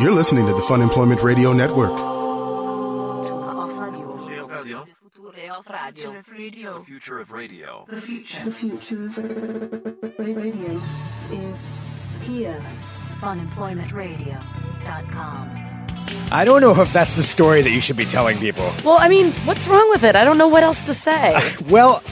You're listening to the Fun Employment Radio Network. The future of radio. The future. The future of radio is here. Funemploymentradio.com. I don't know if that's the story that you should be telling people. Well, I mean, what's wrong with it? I don't know what else to say. Well,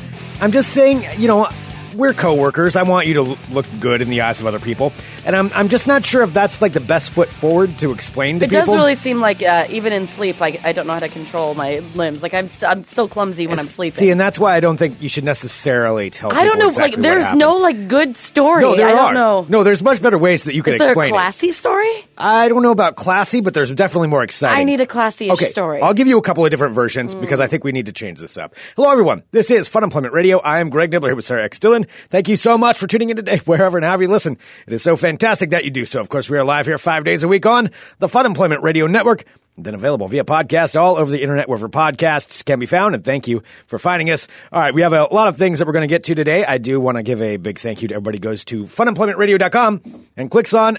I'm just saying, you know, we're coworkers. I want you to l- look good in the eyes of other people, and I'm I'm just not sure if that's like the best foot forward to explain to It people. does really seem like uh, even in sleep, I, I don't know how to control my limbs. Like I'm, st- I'm still clumsy when I'm sleeping. See, and that's why I don't think you should necessarily tell. I don't people know. exactly like what there's happened. no like good story. No, there I don't are. know. No, there's much better ways that you can Is there a explain classy story? it. I don't know about classy, but there's definitely more exciting. I need a classy Okay, story. I'll give you a couple of different versions because I think we need to change this up. Hello, everyone. This is Fun Employment Radio. I am Greg Nibbler here with Sarah X. Dillon. Thank you so much for tuning in today, wherever and however you listen. It is so fantastic that you do so. Of course, we are live here five days a week on the Fun Employment Radio Network, then available via podcast all over the internet wherever podcasts can be found. And thank you for finding us. All right, we have a lot of things that we're going to get to today. I do want to give a big thank you to everybody who goes to funemploymentradio.com and clicks on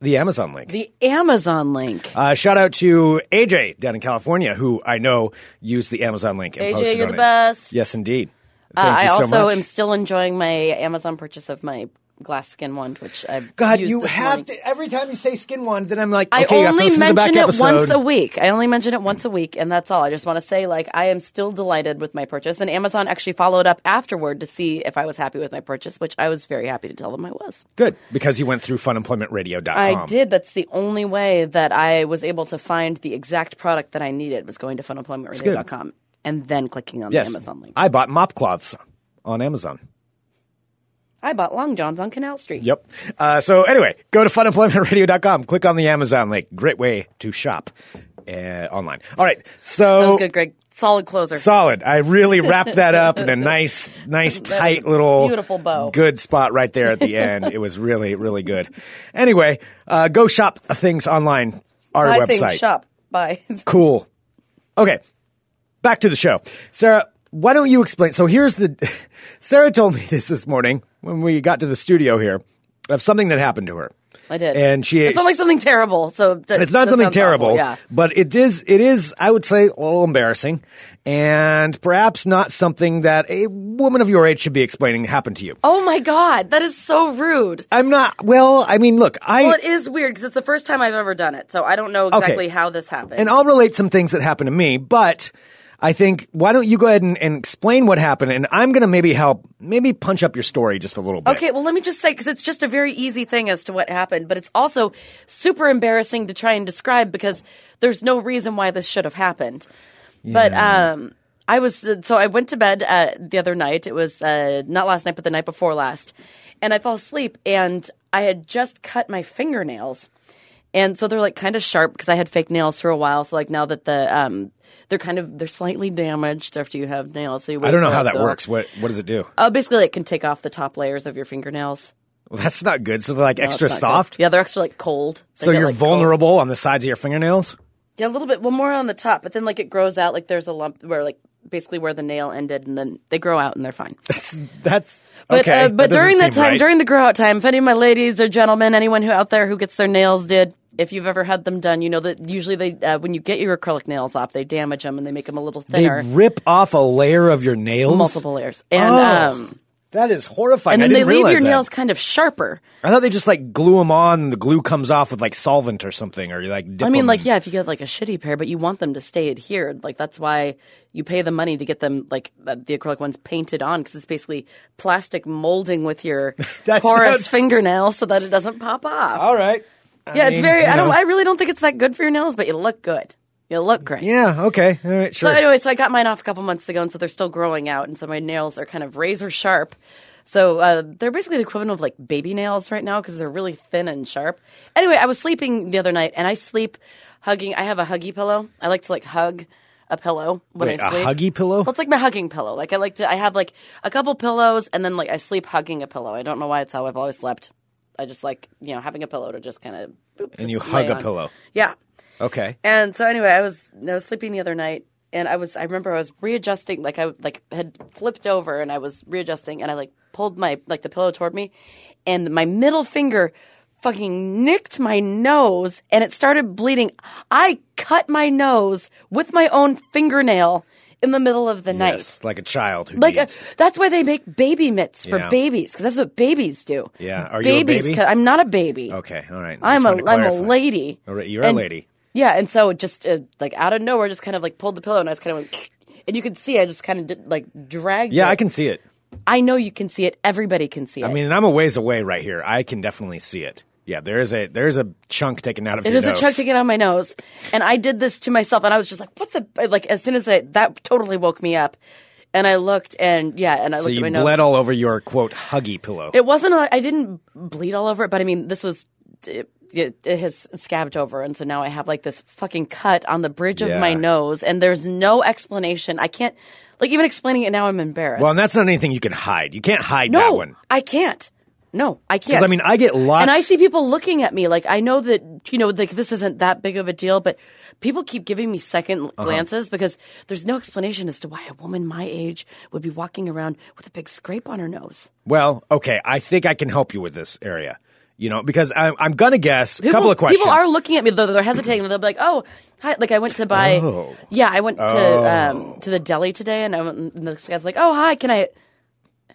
the Amazon link. the Amazon link. Uh, shout out to AJ down in California, who I know used the Amazon link. And AJ, posted you're on the it. best. Yes, indeed. Uh, Thank I you so also much. am still enjoying my Amazon purchase of my glass skin wand, which I've God, used you this have morning. to. Every time you say skin wand, then I'm like, I okay, you have to only listen to the back mention it episode. once a week. I only mention it once a week, and that's all. I just want to say, like, I am still delighted with my purchase. And Amazon actually followed up afterward to see if I was happy with my purchase, which I was very happy to tell them I was. Good, because you went through funemploymentradio.com. I did. That's the only way that I was able to find the exact product that I needed was going to funemploymentradio.com and then clicking on Yes, the Amazon link. I bought mop cloths on Amazon. I bought Long John's on Canal Street. Yep. Uh, so anyway, go to funemploymentradio.com. Click on the Amazon link. Great way to shop uh, online. All right. So That was good, Greg. Solid closer. Solid. I really wrapped that up in a nice, nice, tight little beautiful bow. Good spot right there at the end. it was really, really good. Anyway, uh, go shop things online. Our Buy website. things, shop. Bye. Cool. Okay. Back to the show. Sarah, why don't you explain? So here's the Sarah told me this this morning when we got to the studio here of something that happened to her. I did. And she It's not like something terrible. So d- it's not that sounds something awful, terrible, yeah. but it is it is I would say a little embarrassing, and perhaps not something that a woman of your age should be explaining happened to you. Oh my god, that is so rude. I'm not well. I mean, look, I Well, it is weird because it's the first time I've ever done it, so I don't know exactly how this happened. and I'll relate some things that happened to me, but I think why don't you go ahead and, and explain what happened, and I'm going to maybe help, maybe punch up your story just a little bit. Okay, well, let me just say because it's just a very easy thing as to what happened, but it's also super embarrassing to try and describe because there's no reason why this should have happened. But um, I was so I went to bed uh, the other night. It was uh, not last night, but the night before last, and I fell asleep and I had just cut my fingernails. And so they're like kind of sharp because I had fake nails for a while. So like now that the um they're kind of they're slightly damaged after you have nails. So you I wait don't know for how it that to- works. What what does it do? Oh, basically, it can take off the top layers of your fingernails. Well, that's not good. So they're like That's extra not good. soft. Yeah, they're extra like cold. They So get, you're like, cold. vulnerable on the sides of your fingernails. Yeah, a little bit. Well, more on the top, but then like it grows out. Like there's a lump where like basically where the nail ended, and then they grow out and they're fine. That's that's But okay. uh, but doesn't during that seem time, right. during the grow out time, if any of my ladies or gentlemen, anyone who out there who gets their nails did. If you've ever had them done, you know that usually they, uh, when you get your acrylic nails off, they damage them and they make them a little They thinner, rip off a layer of your nails. multiple layers, and Oh. um, That is horrifying. and I then they didn't leave realize your that. nails kind of sharper. I thought they just like glue them on. and The glue comes off with like solvent or something, or you like. Dip I mean, 'em like, in. yeah, if you get like a shitty pair, but you want them to stay adhered. Like, that's why you pay the money to get them, like, uh, the acrylic ones painted on because it's basically plastic molding with your That porous sounds- fingernail so that it doesn't pop off. All right. I yeah, it's mean, very, you I don't, know. I really don't think it's that good for your nails, but you look good. You look great. Yeah. Okay. All right. Sure. So, anyway, so I got mine off a couple months ago, and so they're still growing out, and so my nails are kind of razor sharp. So uh, they're basically the equivalent of like baby nails right now because they're really thin and sharp. Anyway, I was sleeping the other night, and I sleep hugging. I have a huggy pillow. I like to like hug a pillow when Wait, I a sleep. huggy pillow? Well, it's like my hugging pillow. Like I like to. I have like a couple pillows, and then like I sleep hugging a pillow. I don't know why it's how I've always slept. I just like you know having a pillow to just kind of. and you hug a pillow. Yeah. Okay. And so anyway, I was I was sleeping the other night, and I was I remember I was readjusting, like I like had flipped over, and I was readjusting, and I like pulled my like the pillow toward me, and my middle finger fucking nicked my nose and it started bleeding. I cut my nose with my own fingernail in the middle of the night. Yes, like a child who Like uh needs- that's why they make baby mitts for Yeah. babies because that's what babies do. Yeah. Are you a babies baby? cut- I'm not a baby. okay, all right. I I'm just a wanted to I'm a clarify. lady. All right, you're And- a lady. Yeah, and so just uh, like out of nowhere, just kind of like pulled the pillow and I just kind of went, and you could see I just kind of did, like dragged. Yeah, it. I can see it. I know you can see it. Everybody can see it. I mean, and I'm a ways away right here. I can definitely see it. Yeah, there is a there is a chunk taken out of It your is a nose. chunk to get on my nose, and I did this to myself, and I was just like, "What the?" Like as soon as I that totally woke me up, and I looked, and yeah, and I So looked you at my bled nose. all over your quote huggy pillow. it wasn't. A, I didn't bleed all over it, but I mean, this was. It, it, it has scabbed over, and so now I have like this fucking cut on the bridge of Yeah. my nose, and there's no explanation. I can't, like, even explaining it now, I'm embarrassed. well, and that's not anything you can hide. You can't hide no, that one. I can't. No, I can't. Because I mean, I get lots. And I see people looking at me like I know that you know like this isn't that big of a deal, but people keep giving me 2nd Uh-huh. glances because there's no explanation as to why a woman my age would be walking around with a big scrape on her nose. Well, okay, I think I can help you with this area. You know, because I'm, I'm gonna guess a couple of questions. People are looking at me though; they're hesitating. They'll be like, "Oh, hi. like I went to buy, Oh. yeah, I went to um, to the deli today, and, I went, and this guy's like, "Oh, hi, can I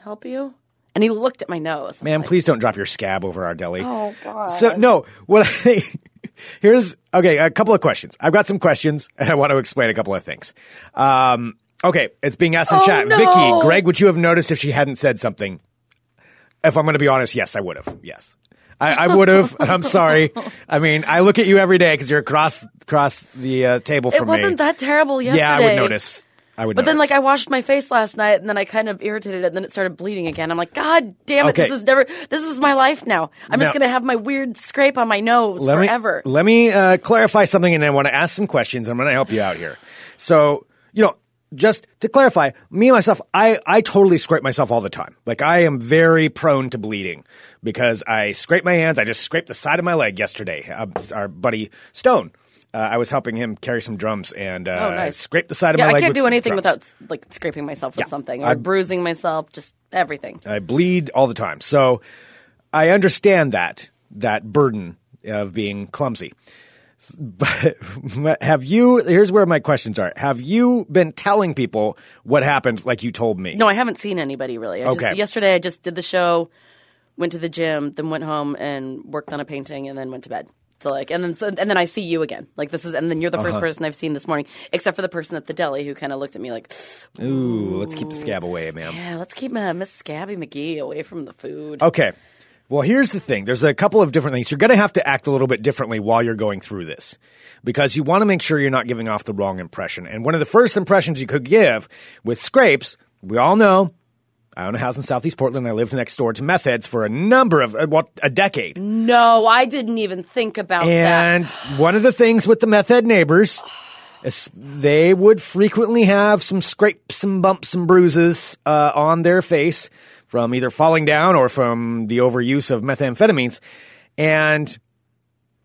help you?" And he looked at my nose. Ma'am, please don't drop your scab over our deli. Oh, God. So no, what I think here's okay. A couple of questions. I've got some questions, and I want to explain a couple of things. Um, okay, it's being asked in Oh, chat. no. Vicky, Greg, would you have noticed if she hadn't said something? If I'm going to be honest, yes, I would have. Yes, I, I would have. I'm sorry. I mean, I look at you every day because you're across across the uh, table it from wasn't me. that terrible yesterday. yeah, I would notice. I would. But then, notice. like, I washed my face last night, and then I kind of irritated it, and then it started bleeding again. I'm like, God damn it! Okay. This is never. This is my life now. I'm just Now- gonna have my weird scrape on my nose let forever. Me, let me uh, clarify something, and I want to ask some questions. I'm going to help you out here. So, you know, just to clarify, me myself, I I totally scrape myself all the time. Like I am very prone to bleeding because I scrape my hands. I just scraped the side of my leg yesterday. Uh, our buddy Stone. Uh, I was helping him carry some drums and uh, Oh, nice. scrape the side of yeah, my I leg. can't with do some anything drums. without like scraping myself with something or I- bruising myself. Just everything. I bleed all the time. So I understand that that burden of being clumsy. S- But have you here's where my questions are. Have you been telling people what happened like you told me? No, I haven't seen anybody really. I Okay. just yesterday I just did the show, went to the gym, then went home and worked on a painting and then went to bed. So like and then so, and then I see you again. Like this is and then you're the 1st Uh-huh. person I've seen this morning except for the person at the deli who kind of looked at me like, Ooh, let's keep the scab away, ma'am. "Yeah, let's keep uh, Miss Scabby McGee away from the food." Okay. Well, here's the thing. There's a couple of different things. You're going to have to act a little bit differently while you're going through this because you want to make sure you're not giving off the wrong impression. And one of the first impressions you could give with scrapes, we all know I own a house in Southeast Portland. I lived next door to meth heads for a number of, uh, well, a decade. No, I didn't even think about that. And one of the things with the meth head neighbors, is they would frequently have some scrapes and bumps and bruises uh, on their face from either falling down or from the overuse of methamphetamines. And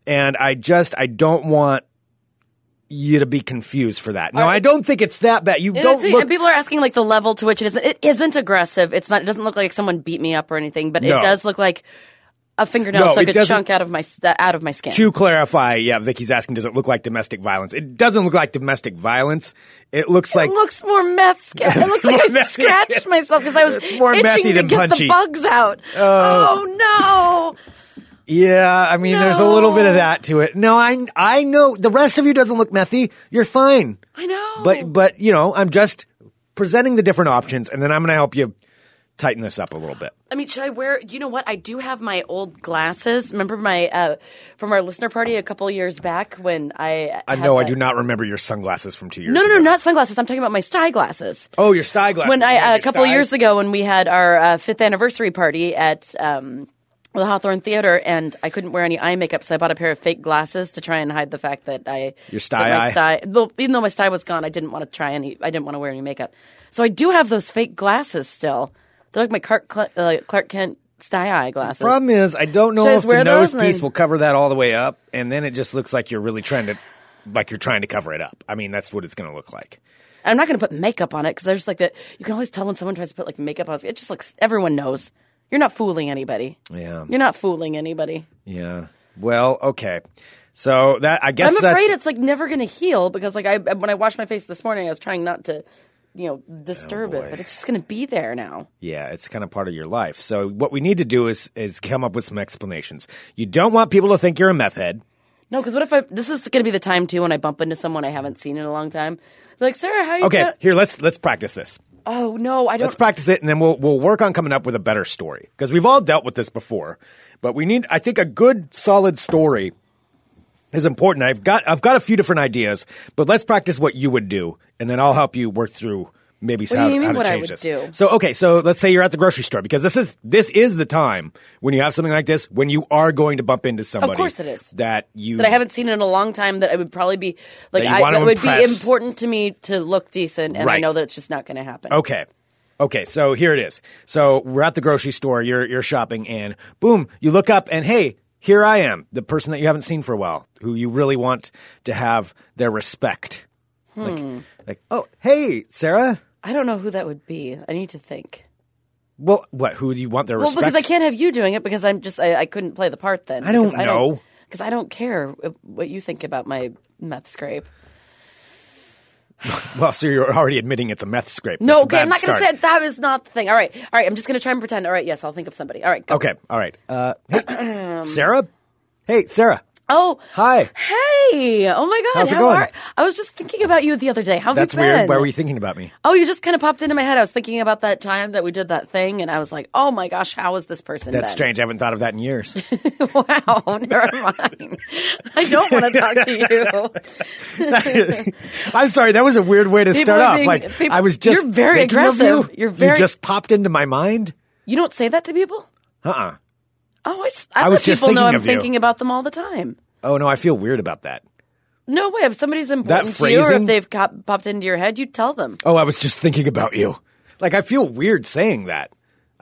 and I just I don't want you to be confused for that. No, I don't think it's that bad. You And, don't it's- look and people are asking like the level to which it isn't. It isn't aggressive. It's not. It doesn't look like someone beat me up or anything. But No. it does look like a fingernail No, took it a doesn't- chunk out of my s- uh, out of my skin. To clarify, yeah, Vicky's asking, does it look like domestic violence? It doesn't look like domestic violence. It looks like it looks more meth. Sca- it looks like More I meth, scratched yes. myself because I was It's more methy itching to than get punchy. the bugs out. oh no! Yeah, I mean, there's a little bit of that to it. No, I I know the rest of you doesn't look methy. You're fine, I know. but but you know, I'm just presenting the different options, and then I'm going to help you tighten this up a little bit. I mean, should I wear? You know what? I do have my old glasses. Remember my uh, from our listener party a couple years back when I. I had know I the- do not remember your sunglasses from two years. No, no, ago. no, not sunglasses. I'm talking about my sty glasses. Oh, your sty glasses. when Yeah, I uh, your a couple sty- years ago when we had our uh, fifth anniversary party at um, the Hawthorne Theater, and I couldn't wear any eye makeup, so I bought a pair of fake glasses to try and hide the fact that I Your sty that my eye? sty- well, even though my sty was gone, I didn't want to try any. I didn't want to wear any makeup, so I do have those fake glasses still. They're like my Clark, Cl- uh, Clark Kent sty eye glasses. Problem is, I don't know Should I if just the wear nose those and piece then- will cover that all the way up, and then it just looks like you're really trying to, like you're trying to cover it up. I mean, that's what it's going to look like. I'm not going to put makeup on it because there's like that. You can always tell when someone tries to put like makeup on. It just looks. Everyone knows. You're not fooling anybody. Yeah. You're not fooling anybody. Yeah. Well, okay. So that I guess I'm afraid that's, it's like never going to heal because like I when I washed my face this morning, I was trying not to, you know, disturb boy. it, but it's just going to be there now. yeah, it's kind of part of your life. So what we need to do is is come up with some explanations. You don't want people to think you're a meth head. No, because what if I? This is going to be the time too when I bump into someone I haven't seen in a long time. Be like Sarah, how you? Okay, doing?" here let's let's practice this. Oh no, I don't. Let's practice it, and then we'll we'll work on coming up with a better story because we've all dealt with this before. But we need, I think, a good solid story is important. I've got I've got a few different ideas, but let's practice what you would do, and then I'll help you work through maybe do how, you mean how to what I change would this. do? So okay, so let's say you're at the grocery store because this is this is the time when you have something like this when you are going to bump into somebody. course it is. that you that I haven't seen in a long time. That I would probably be like That you I, want to that would be impress. important to me to look decent, and I Right. know that it's just not going to happen. Okay. Okay, so here it is. So we're at the grocery store, you're you're shopping and boom, you look up and hey, here I am, the person that you haven't seen for a while, who you really want to have their respect. Hmm. Like, like, oh, hey, Sarah. I don't know who that would be. I need to think. Well, what? Who do you want their Well, respect? because I can't have you doing it because I'm just I, I couldn't play the part then. I don't Because know. because I don't care uh, what you think about my meth scrape. Well, so you're already admitting it's a meth scrape. No, That's a okay, bad I'm not going to start. say it. that is not the thing. All right, all right, I'm just going to try and pretend. All right, yes, I'll think of somebody. All right, go. Okay, all right. Uh, hey, Sarah. Hey, Sarah. Oh, Hi. hey! Oh my God, How's it how going? are? I was just thinking about you the other day. How have That's you been? weird. Why were you thinking about me? Oh, you just kind of popped into my head. I was thinking about that time that we did that thing, and I was like, oh my gosh, how is this person? been? That's strange. I haven't thought of that in years. Wow, never mind. I don't want to talk to you. I'm sorry, that was a weird way to People start are off. being- like people- I was just you're very thinking of aggressive. You. You're very- just popped into my mind. You don't say that to people. Uh uh Oh, I, s- I I let was just people know I'm thinking of you. thinking about them all the time. Oh no, I feel weird about that. No way. If somebody's important to you, or phrasing- if they've cop- popped into your head, you tell them. Oh, I was just thinking about you. Like I feel weird saying that.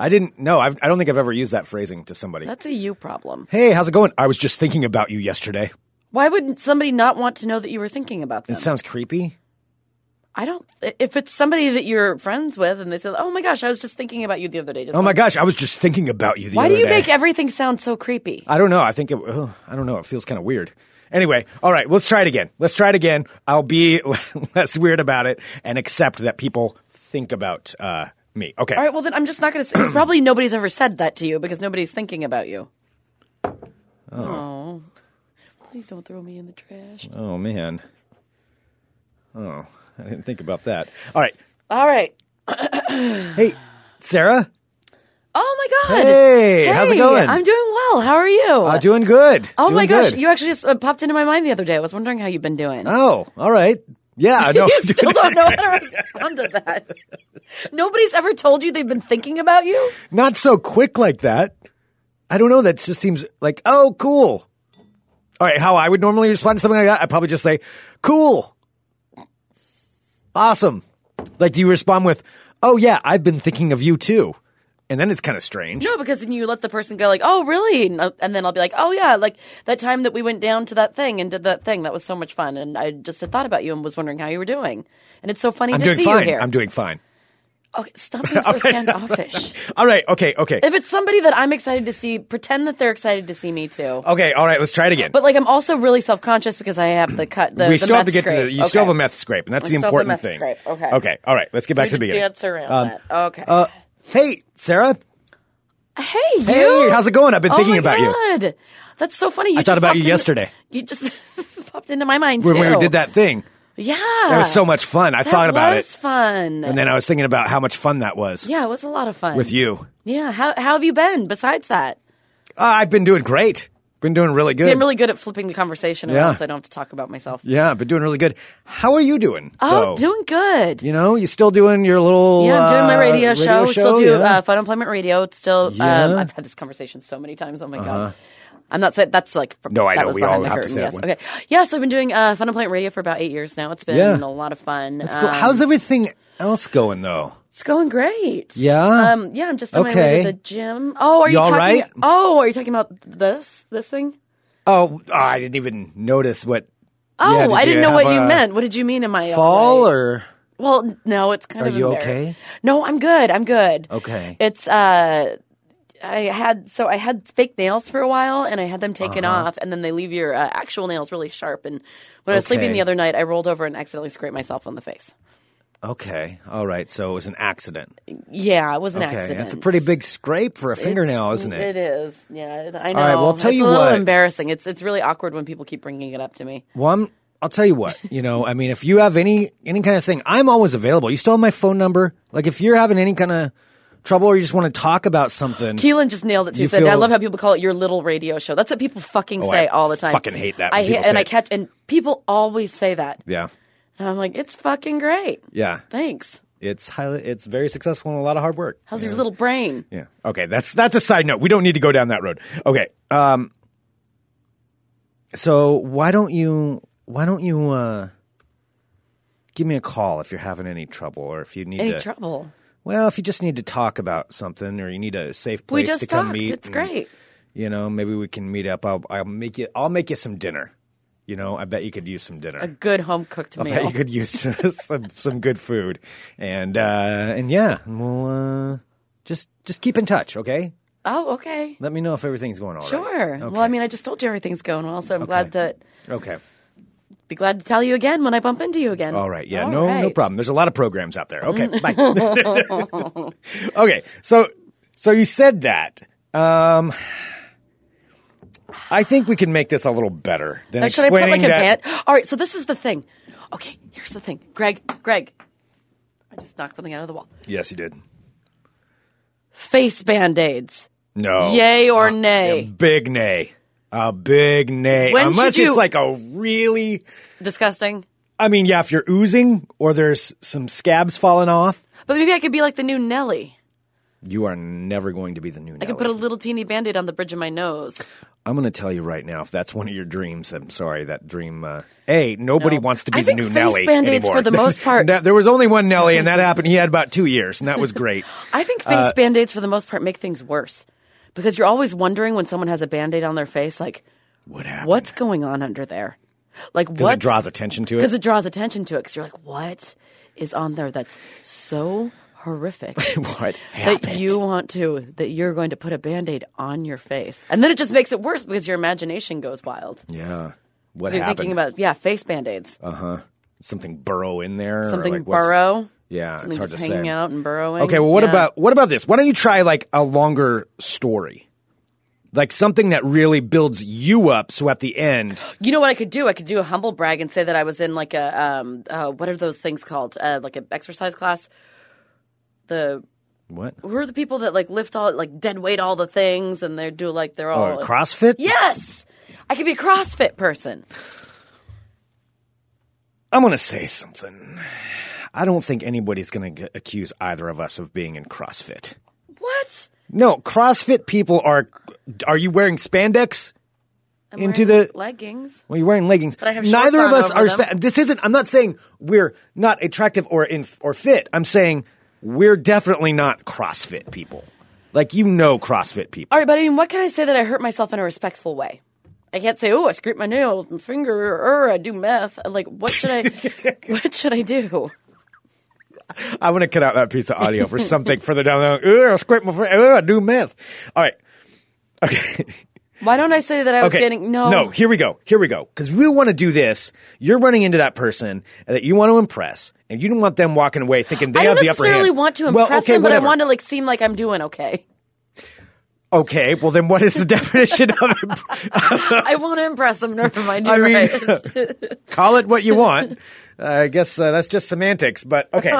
I didn't know. I don't think I've ever used that phrasing to somebody. That's a you problem. hey, how's it going? I was just thinking about you yesterday. Why would somebody not want to know that you were thinking about them? It sounds creepy. I don't. If it's somebody that you're friends with, and they say, "Oh my gosh, I was just thinking about you the other day," just Oh my gosh, I was just thinking about you the why other do you day. make everything sound so creepy? I don't know. I think it. Oh, I don't know. It feels kind of weird. Anyway, all right. Let's try it again. Let's try it again. I'll be less weird about it and accept that people think about uh, me. Okay. All right, well then I'm just not going to. say Probably nobody's ever said that to you because nobody's thinking about you. Oh. Please don't throw me in the trash. Oh man. Oh, I didn't think about that. All right. All right. Hey, Sarah. Oh my god. Hey, how's it Hey, going? I'm doing well. How are you? Uh, doing good. oh my Doing gosh, good. you actually just uh, popped into my mind the other day. I was wondering how you've been doing. Oh, all right. Yeah. I know. you still don't know how to respond to that. Nobody's ever told you they've been thinking about you. Not so quick like that. I don't know. That just seems like oh, cool. All right, how I would normally respond to something like that, I'd probably just say, "Cool, awesome." Like, do you respond with, "Oh yeah, I've been thinking of you too," and then it's kind of strange. No, because then you let the person go like, "Oh, really?" And I'll- and then I'll be like, "Oh yeah, like that time that we went down to that thing and did that thing. That was so much fun, and I just had thought about you and was wondering how you were doing. And it's so funny I'm to doing see fine. you here. I'm doing fine. okay, stop being so standoffish. All right, okay, okay, if it's somebody that I'm excited to see, pretend that they're excited to see me too. okay. All right, let's try it again. But like, I'm also really self conscious because I have the cut. The, we the still meth have to get to scrape. the. You still Okay. have a meth scrape, and that's We the still have the important meth thing. scrape, okay. Okay. All right. Let's get We back to should the beginning. Dance around Um, that. Okay. Uh, hey, Sarah. hey, you. Hey, how's it going? I've been Oh thinking my about you. God. That's so funny. You I thought just about popped you in- yesterday. You just popped into my mind when too. we did that thing. Yeah. That was so much fun. I thought about was it. fun. And then I was thinking about how much fun that was yeah, it was a lot of fun. with you. Yeah. How, how have you been besides that? Uh, I've been doing great. Been doing really good. See, I'm really good at flipping the conversation around Yeah. so I don't have to talk about myself. yeah, I've been doing really good. How are you doing? Oh, though? doing good. You know, you still doing your little. Yeah, I'm doing my uh, radio show. We still do yeah. uh, Fun Employment Radio. It's still. Yeah. Uh-huh. Um, I've had this conversation so many times. Oh my god. I'm not saying that's like from, No, I that know. Was We behind all the have to curtain. say yes. that one. Okay. Yeah, so I've been doing uh, Fun Employment Radio for about eight years now. It's been Yeah. a lot of fun. That's cool. Um, How's everything else going though? it's going great. Yeah? Um. Yeah. I'm just on my way Okay. to the gym. Oh, are you, You all talking? right? Oh, are you talking about this this thing? Oh, oh, I didn't even notice what. Oh, Yeah, did I didn't you know what have you a meant. What did you mean? Am I all Fall right? or Well, no, it's kind Are of. you embarrassing. okay? No, I'm good. I'm good. Okay. It's uh, I had so I had fake nails for a while, and I had them taken off, and then they leave your uh, actual nails really sharp. And when I was sleeping Okay. the other night, I rolled over and accidentally scraped myself on the face. Okay. All right. So it was an accident. Yeah, it was an okay. accident. That's a pretty big scrape for a fingernail, It's- isn't It it? is. Yeah, I know. right, well, I'll tell it's you a little what. embarrassing. It's it's really awkward when people keep bringing it up to me. Well, I'm, I'll tell you what. You know, I mean, if you have any any kind of thing, I'm always available. You still have my phone number. Like, if you're having any kind of trouble or you just want to talk about something, Keelan just nailed it too. You He said, "I feel- love how people call it your little radio show." That's what people fucking Oh, say I all the time. fucking hate that when I people and say I it. catch and people always say that. yeah, And I'm like, it's fucking great. yeah, Thanks. it's highly, it's very successful and a lot of hard work. How's your little brain? Yeah. Okay. That's that's a side note. We don't need to go down that road. Okay. Um. So why don't you why don't you uh give me a call if you're having any trouble or if you need Any to trouble? well if you just need to talk about something or you need a safe place We just to talked. come meet. it's and, great. You know maybe we can meet up. I'll I'll make you I'll make you some dinner. You know I bet you could use some dinner. A good home cooked I bet meal. you could use some some good food and uh and yeah we'll uh, just just keep in touch. Okay. Oh, okay. Let me know if everything's going all right. Sure. Well, I mean, I just told you everything's going well, so I'm glad to Okay. be glad to tell you again when I bump into you again. All right. Yeah. All no. No right. problem. There's a lot of programs out there. Okay. Bye. okay. So, so you said that. Um, I think we can make this a little better than Now, Uh, should I put explaining like a that. band? All right, so this is the thing. Okay, here's the thing. Greg, Greg, I just knocked something out of the wall. Yes, you did. Face band aids. No. Yay or Uh, nay? A big nay. A big nay. When should Unless you- it's like a really. Disgusting. I mean, yeah. If you're oozing or there's some scabs falling off, But maybe I could be like the new Nelly. you are never going to be the new. I could put a little teeny band aid on the bridge of my nose. I'm going to tell you right now, if that's one of your dreams, I'm sorry, that dream. Uh, a, nobody No. wants to be I the think new face Nelly Band-Aids anymore. for the most part- Now, there was only one Nelly, and that happened. He had about two years, and that was great. I think face Uh, band aids, for the most part, make things worse because you're always wondering when someone has a band aid on their face, like, What happened? what's going on under there? Like, Because it what draws attention to because it. it draws attention to it. Because you're like, what is on there that's so horrific what happened? that you want to that you're going to put a band-aid on your face, and then it just makes it worse because your imagination goes wild. yeah. What You're happened? thinking about yeah, face band-aids, something burrow in there. or, something like, what's- burrow, Yeah, something it's hard just to hanging say. out and burrowing. Okay, well, what Yeah. about what about this? Why don't you try like a longer story, like something that really builds you up, so at the end, You know what I could do? I could do a humble brag and say that I was in like a um uh, what are those things called? Uh, like an exercise class. The what? who are the people that like lift all like dead weight all the things and they do like they're all Oh, CrossFit. Yes, I could be a CrossFit person. I'm going to say something. I don't think anybody's going to accuse either of us of being in CrossFit. What? No, CrossFit people are. Are you wearing spandex? I'm Into wearing the- leggings. Well, you're wearing leggings. But I have Neither shorts of on us over are. them. this isn't. I'm not saying we're not attractive or in or fit. I'm saying we're definitely not CrossFit people. Like you know, CrossFit people. All right, but I mean, what can I say that I hurt myself in a respectful way? I can't say, "Oh, I scraped my nail, my finger, or I do meth." Like, what should I? what should I do? I want to cut out that piece of audio for something further down. The line. Ugh, scrape my. fr- Ugh, I do meth. All right. Okay. Why don't I say that I was Okay. getting no? No, here we go. Here we go. Because we want to do this. You're running into that person that you want to impress, and you don't want them walking away thinking they I have don't the upper hand. necessarily want to Well, impress okay, them, but I whatever. want to like seem like I'm doing okay. Okay, well then, what is the definition of imp- I want to impress them. Never mind. You're I mean- right. call it what you want? Uh, I guess uh, that's just semantics, but okay.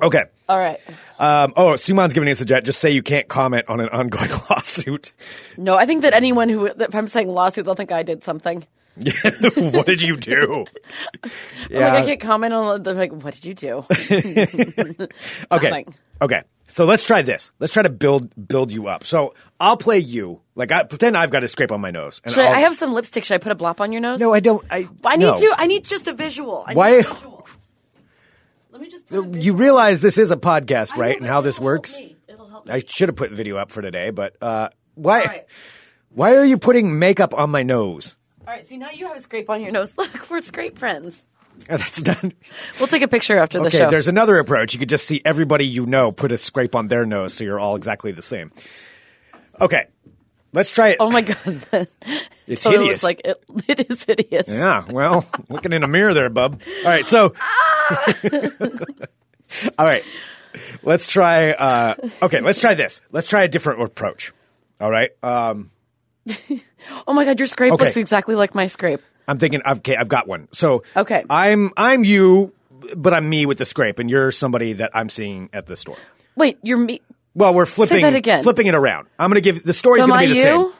Okay. All right. Um, oh, Suman's giving us a jet. Just say you can't comment on an ongoing lawsuit. No, I think that anyone who if I'm saying lawsuit, they'll think I did something. what did you do? Like I can't comment on. They're like, "What did you do?" Okay. Nothing. Okay. So let's try this. Let's try to build build you up. So I'll play you. Like I pretend I've got a scrape on my nose. And Should I'll- I, I have some lipstick. Should I put a blop on your nose? No, I don't. I, I need no. to. I need just a visual. I Why- Need a visual. Let me just. Put a You visual. realize this is a podcast, I know, right? but and how this it'll help works. me. It'll help me. I should have put video up for today, but uh, why? All right. Why are you putting makeup on my nose? All right. See, now you have a scrape on your nose. Look, we're scrape friends. Oh, that's not. We'll take a picture after the Okay, show. there's another approach. You could just see everybody you know put a scrape on their nose, so you're all exactly the same. Okay, let's try it. oh my god, that it's photo looks hideous. like it, it is hideous. yeah, well, looking in a mirror there, bub. All right, so. Ah! all right, let's try. Uh, okay, let's try this. Let's try a different approach. All right, um, Oh my god, your scrape Okay. looks exactly like my scrape. I'm thinking. Okay, I've got one. So Okay. I'm I'm you, but I'm me with the scrape, and you're somebody that I'm seeing at the store. Wait, you're me. Well, we're flipping that again. flipping it around. I'm going to give the story's So am going I to be the you?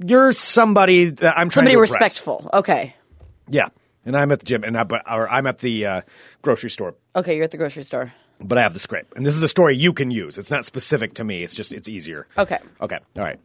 same. You're somebody that I'm trying Somebody to impress. respectful. Okay. Yeah, and I'm at the gym, and I, but or I'm at the uh, grocery store, Okay, you're at the grocery store. but I have the scrape, and this is a story you can use. It's not specific to me. It's just it's easier. Okay. Okay. All right.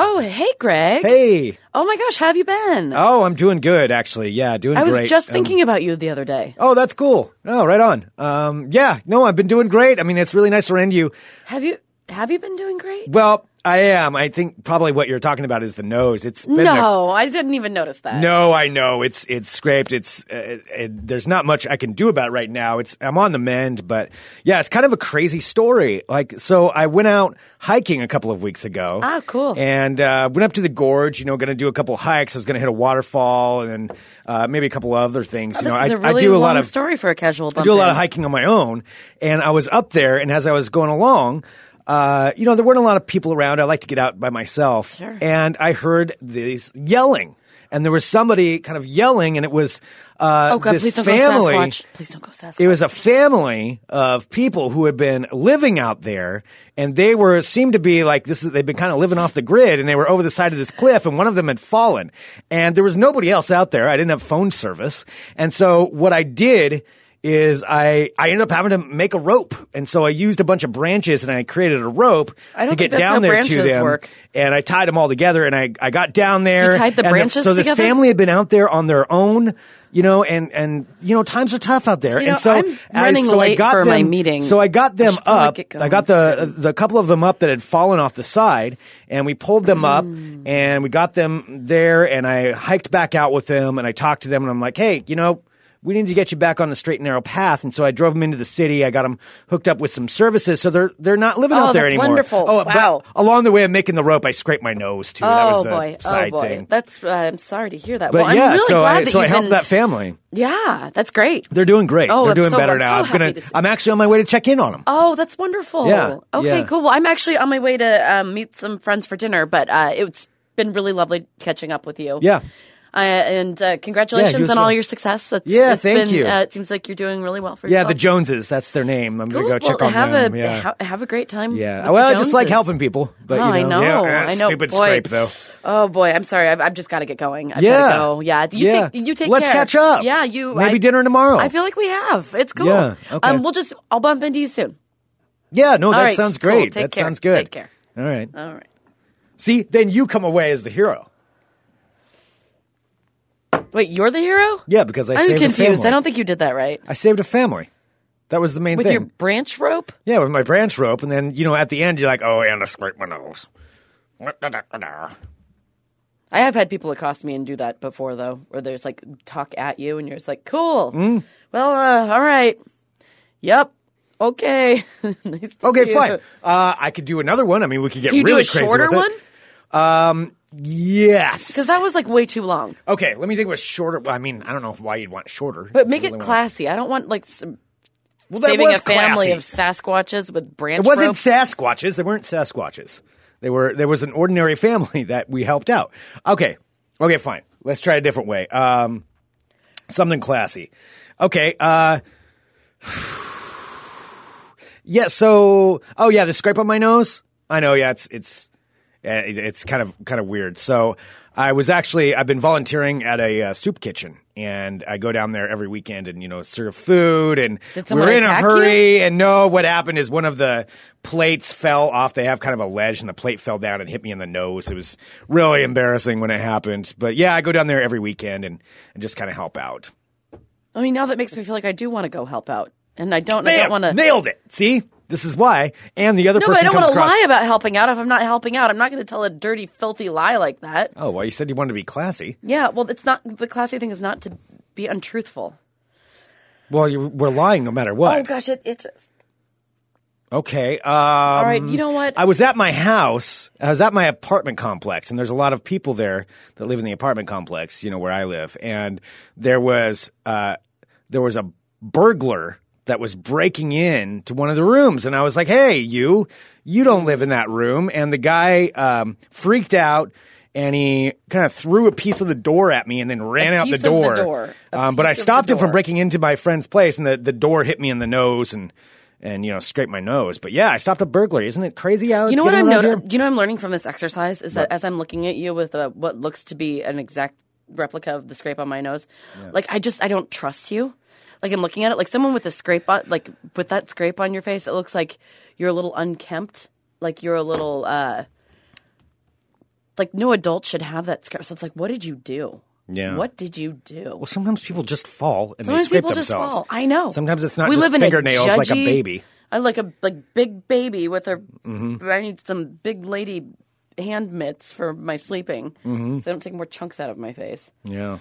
Oh, hey, Greg. Hey. Oh my gosh, how have you been? Oh, I'm doing good actually. Yeah, doing. I was great. just Um, thinking about you the other day. Oh, that's cool. Oh, right on. Um, yeah, no, I've been doing great. I mean, it's really nice to run into you. Have you have you been doing great? Well, I am. I think probably what you're talking about is the nose. It's been a- No, I didn't even notice that. No, I know it's it's scraped. It's uh, it, it- there's not much I can do about it right now. It's I'm on the mend, but yeah, it's kind of a crazy story. Like so, I went out hiking a couple of weeks ago. Ah, cool. And uh, went up to the gorge. You know, going to do a couple hikes. I was going to hit a waterfall and uh, maybe a couple other things. you Oh, This know, is I, a really I do a long lot of story for a casual. I do a lot of hiking on my own, and I was up there, and as I was going along, uh, you know, there weren't a lot of people around. I like to get out by myself, Sure. and I heard these yelling, and there was somebody kind of yelling, and it was uh, Oh god, this please don't family. go Sasquatch. Please don't go Sasquatch. It was a family of people who had been living out there, and they were seemed to be like this. Is, they've been kind of living off the grid, and they were over the side of this cliff, and one of them had fallen, and there was nobody else out there. I didn't have phone service, and so what I did is I I ended up having to make a rope, and so I used a bunch of branches and I created a rope I don't to think get that's how down there to branches them, work. and I tied them all together, and I I got down there. You tied the and branches so this together? family had been out there on their own. You know, and and you know, times are tough out there You and know, so I'm I- running so I late got for them, my meeting. So I got them should probably up. get going I got the the couple of them up that had fallen off the side, and we pulled them Mm. up, and we got them there, and I hiked back out with them, and I talked to them, and I'm like, hey, you know. We need to get you back on the straight and narrow path, and so I drove them into the city. I got them hooked up with some services, so they're they're not living Oh, out there that's anymore. wonderful. Oh, but Wow. along the way, I'm making the rope. I scraped my nose too. that oh was the boy, oh side boy. thing. That's uh, I'm sorry to hear that. but well, yeah, I'm really so glad I that so I you've helped been, that family. Yeah, that's great. They're doing great. Oh, They're I'm doing so- better I'm so now. I'm happy gonna. to see I'm actually on my way to check in on them. Oh, that's wonderful. Yeah, Okay, yeah. cool. Well, I'm actually on my way to um, meet some friends for dinner, but uh, it's been really lovely catching up with you. Yeah. Uh, and uh, congratulations as on all well. your success. That's, Yeah, it's thank been, you. Uh, it seems like you're doing really well for Yeah, yourself. the Joneses. That's their name. I'm Oh. Cool. gonna go check well, on have them. A, yeah. ha- have a great time. with yeah. the Well, I just like Joneses. helping people. But oh, you know, I know. Yeah, I know. Stupid Boy. scrape though. Oh boy, I'm sorry. I've, I've just got to get going. I've Yeah. gotta go. Yeah. You Yeah. take. You take. Let's care. catch up. Yeah. You. Maybe I- dinner tomorrow. I feel like we have. It's cool. Yeah, okay. Um. We'll just. I'll bump into you soon. Yeah. No, that right, sounds cool. great. Take that care. sounds good. Take care. All right. All right. See, then you come away as the hero. Wait, you're the hero? Yeah, because I I'm saved a confused. family. I don't think you did that right. I saved a family. That was the main With thing. your branch rope? Yeah, with my branch rope, and then you know, at the end, you're like, oh, and I scraped my nose. I have had people accost me and do that before, though, where there's like talk at you and you're just like, cool. Mm. Well, uh, all right. Yep. Okay. Nice to see Okay, you. fine. Uh, I could do another one. I mean, we could get Can you really do a crazy shorter with it. one? Yes. Because that was like way too long. Okay, let me think what's shorter. Well, I mean, I don't know why you'd want shorter. But It's make the it only one. classy. I don't want like some, Well, that saving was a family classy. of Sasquatches with branch It wasn't rope. Sasquatches. They weren't Sasquatches. They were. There was an ordinary family that we helped out. Okay. Okay. Fine. Let's try a different way. Um, something classy. Okay. Uh, yeah. So. Oh yeah. The scrape on my nose. I know. Yeah. It's it's uh, it's- it's kind of kind of weird. So I was actually I've been volunteering at a uh, soup kitchen. And I go down there every weekend and, you know, serve food and Did someone we're in a attack hurry. you? And no, what happened is one of the plates fell off. They have kind of a ledge, and the plate fell down and hit me in the nose. It was really embarrassing when it happened. But yeah, I go down there every weekend and, and just kind of help out. I mean, now that makes me feel like I do want to go help out. And I don't, I Bam! don't want to. Nailed it. See? This is why. And the other No, but I person don't comes want to across. lie about helping out. If I'm not helping out, I'm not going to tell a dirty, filthy lie like that. oh, well, you said you wanted to be classy. Yeah, well, it's not the classy thing is not to be untruthful. Well, you, we're lying no matter what. Oh gosh, it itches. Okay. Um, All right, you know what? I was at my house. I was at my apartment complex, and there's a lot of people there that live in the apartment complex. You know where I live, and there was uh, there was a burglar that was breaking in to one of the rooms, and I was like, "Hey, you, you don't live in that room." And the guy um, freaked out. And he kind of threw a piece of the door at me and then ran out piece the of the door. door. A Um, but I piece of the stopped him from door. breaking breaking into my friend's place, and the, the door hit me in the nose and and you know scraped my nose. But yeah, I stopped a burglary. Isn't it crazy how it's You know what I'm getting around noti- here? you know what I'm learning from this exercise is that as I'm looking at you with a, what looks to be an exact replica of the scrape on my nose, like I just I don't trust you. Like I'm looking at it like someone with a scrape on like with that scrape on your face, it looks like you're a little unkempt, like you're a little uh like no adult should have that scrape. So it's like what did you do? Yeah. What did you do? Well, sometimes people just fall and Sometimes they scrape people just themselves. fall. I know. Sometimes it's not we just live in fingernails a like a judgy- baby. Mm-hmm. I like a like big baby with her. I need some big lady hand mitts for my sleeping, Mm-hmm. so I don't take more chunks out of my face. Yeah.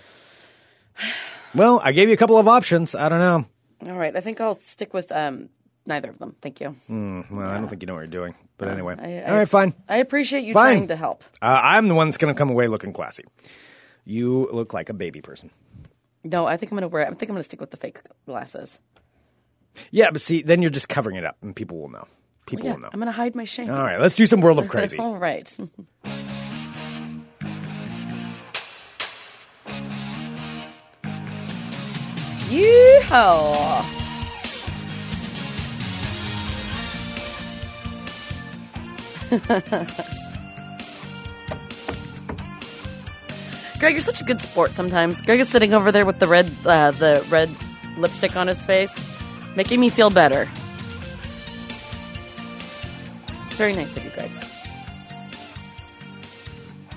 Well, I gave you a couple of options. I don't know. All right, I think I'll stick with um, neither of them. Thank you. Mm. Well, I don't think you know what you're doing. But anyway, Oh, I- I- all right, fine. I appreciate you Fine. trying to help. Uh, I'm the one that's going to come away looking classy. You look like a baby person. No, I think I'm gonna wear. I think I'm gonna stick with the fake glasses. Yeah, but see, then you're just covering it up, and people will know. People Yeah, will know. I'm gonna hide my shame. all right, let's do some World of Crazy. All right. Yeehaw! Greg, you're such a good sport. Sometimes Greg is sitting over there with the red, uh, the red lipstick on his face, making me feel better. Very nice of you, Greg.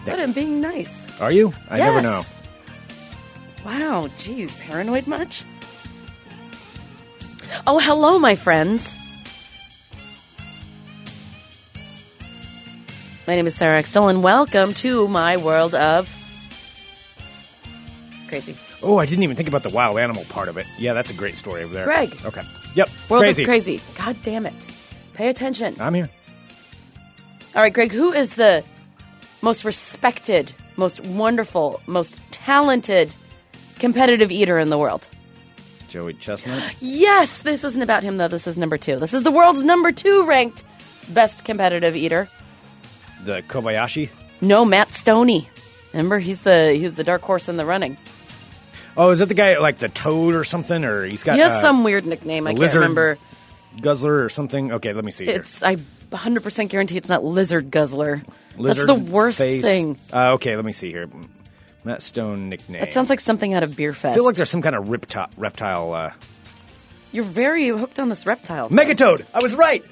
Good, I'm being nice. Are you? I never Yes. know. Wow, geez, paranoid much? Oh, hello, my friends. My name is Sarah Extell, and welcome to my world of crazy. Oh, I didn't even think about the wild animal part of it. Yeah, that's a great story over there. Greg. Okay. Yep. World crazy. of crazy. God damn it. Pay attention. I'm here. All right, Greg, who is the most respected, most wonderful, most talented competitive eater in the world? Joey Chestnut. Yes, this isn't about him though. This is number two. This is the world's number two ranked best competitive eater. the Kobayashi. No, Matt Stoney. Remember, he's the he's the dark horse in the running. Oh, is that the guy like the toad or something? Or he's got He has uh, some weird nickname. I can't lizard remember. guzzler or something? Okay, let me see. here. It's I 100 percent guarantee it's not lizard guzzler. Lizard That's the worst face. thing. Uh, okay, let me see here. Matt Stone nickname. That sounds like something out of Beer I Fest. feel like there's some kind of riptop, reptile. Uh, You're very hooked on this reptile. thing. Megatoad. I was right.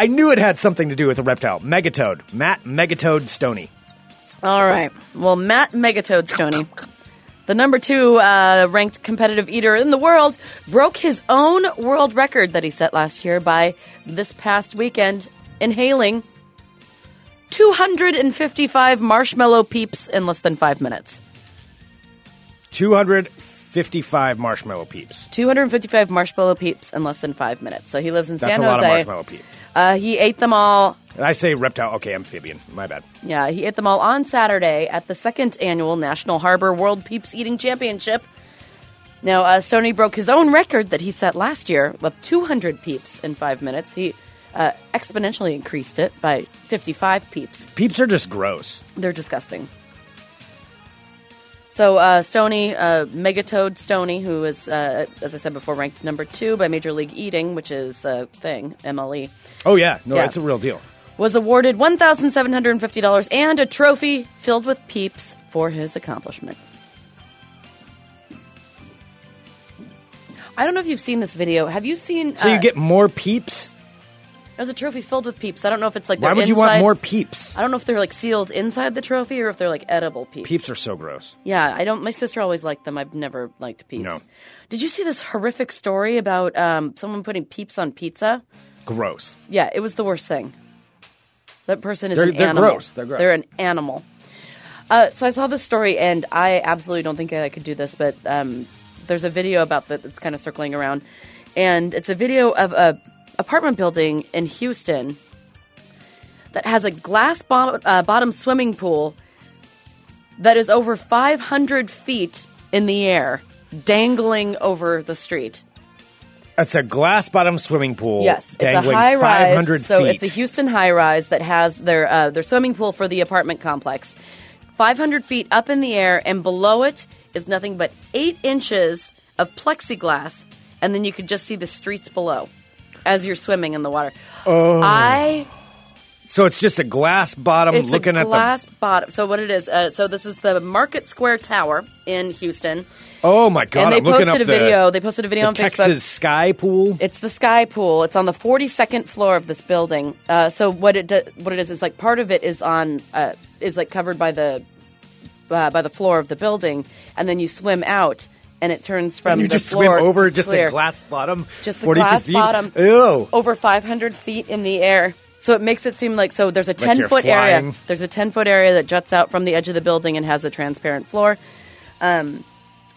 I knew it had something to do with a reptile. Megatoad. Matt Megatoad Stoney. All right. Well, Matt Megatoad Stoney, the number two uh, ranked competitive eater in the world, broke his own world record that he set last year by this past weekend inhaling 255 marshmallow peeps in less than five minutes. 255 marshmallow peeps. 255 marshmallow peeps in less than five minutes. So he lives in That's San a lot Jose. of marshmallow peeps. Uh, he ate them all And I say reptile. Okay, amphibian. My bad. Yeah, he ate them all on Saturday at the second annual National Harbor World Peeps Eating Championship. Now, uh, Stoney broke his own record that he set last year with 200 peeps in five minutes. He uh, exponentially increased it by 55 peeps. Peeps are just gross. They're disgusting. So uh, Stony, uh, Megatoad Stony, who is, uh, as I said before, ranked number two by Major League Eating, which is a thing, E, MLE, Oh yeah, no, Yeah. it's a real deal. was awarded $1,750 and a trophy filled with peeps for his accomplishment. I don't know if you've seen this video. Have you seen? So uh, you get more peeps. there's a trophy filled with peeps. I don't know if it's like Why they're would you want inside- more peeps? I don't know if they're like sealed inside the trophy or if they're like edible peeps. Peeps are so gross. Yeah, I don't. My sister always liked them. I've never liked peeps. No. Did you see this horrific story about um, someone putting peeps on pizza? Gross. Yeah, it was the worst thing. That person is They're- an they're animal. gross. They're gross. They're an animal. Uh, so I saw this story, and I absolutely don't think that I could do this, but um, there's a video about that that's kind of circling around, and it's a video of a apartment building in Houston that has a glass bo- uh, bottom swimming pool that is over 500 feet in the air, dangling over the street. It's a glass bottom swimming pool. Yes, it's a dangling high 500 rise. So feet. it's a Houston high rise that has their uh, their swimming pool for the apartment complex. 500 feet up in the air, and below it is nothing but eight inches of plexiglass, and then you could just see the streets below as you're swimming in the water. Oh, I So it's just a glass bottom it's looking a at glass bottom. So what it is? Uh, so this is the Market Square Tower in Houston, the. Oh my god! and they I'm looking posted a up the- video. They posted a video the on Texas Facebook. sky pool. It's the Sky Pool. It's on the 42nd floor of this building. Uh, so what it do, what it is is like part of it is on uh, is like covered by the uh, by the floor of the building, and then you swim out, and it turns from you the just swim floor over to just clear. a glass bottom. just the 42 glass feet. bottom, Ew. over 500 feet in the air. So it makes it seem like so there's a 10 you're foot area. flying. There's a 10 foot area that juts out from the edge of the building and has a transparent floor. Um,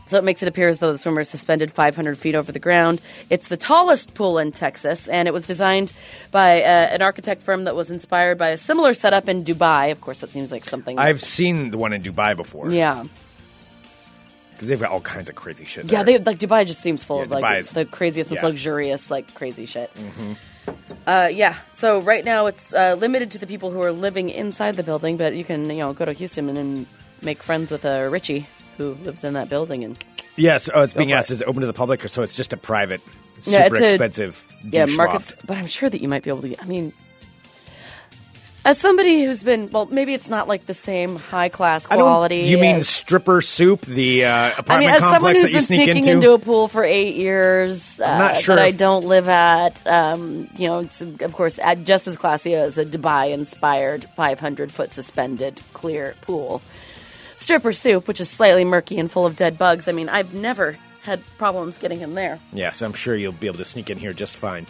so it makes it appear as though the swimmer is suspended 500 feet over the ground. It's the tallest pool in Texas, and it was designed by uh, an architect firm that was inspired by a similar setup in Dubai. Of course, that seems like something. I've seen the one in Dubai before. yeah, because they've got all kinds of crazy shit. yeah. there. They, like Dubai just seems full Yeah, of like Dubai is- the craziest, most yeah. Mm-hmm. luxurious, like crazy shit. Uh, yeah. So right now it's uh, limited to the people who are living inside the building, but you can you know go to Houston and, and make friends with uh, Richie who lives in that building and Yes. Oh, it's being for asked. it. Is it open to the public, or so it's just a private, super Yeah, it's a- expensive? yeah douche markets. loft? But I'm sure that you might be able to. get I mean. As somebody who's been well, maybe it's not like the same high class I don't- quality. You mean as- stripper soup? The uh, apartment I mean, as someone complex who's that you been sneak sneaking into. into? a pool for eight years, uh, not sure that I if- don't live at, um, you know, it's, of course, at just as classy as a Dubai-inspired 500-foot suspended clear pool. Stripper soup, which is slightly murky and full of dead bugs. I mean, I've never had problems getting in there. Yes, I'm sure you'll be able to sneak in here just fine.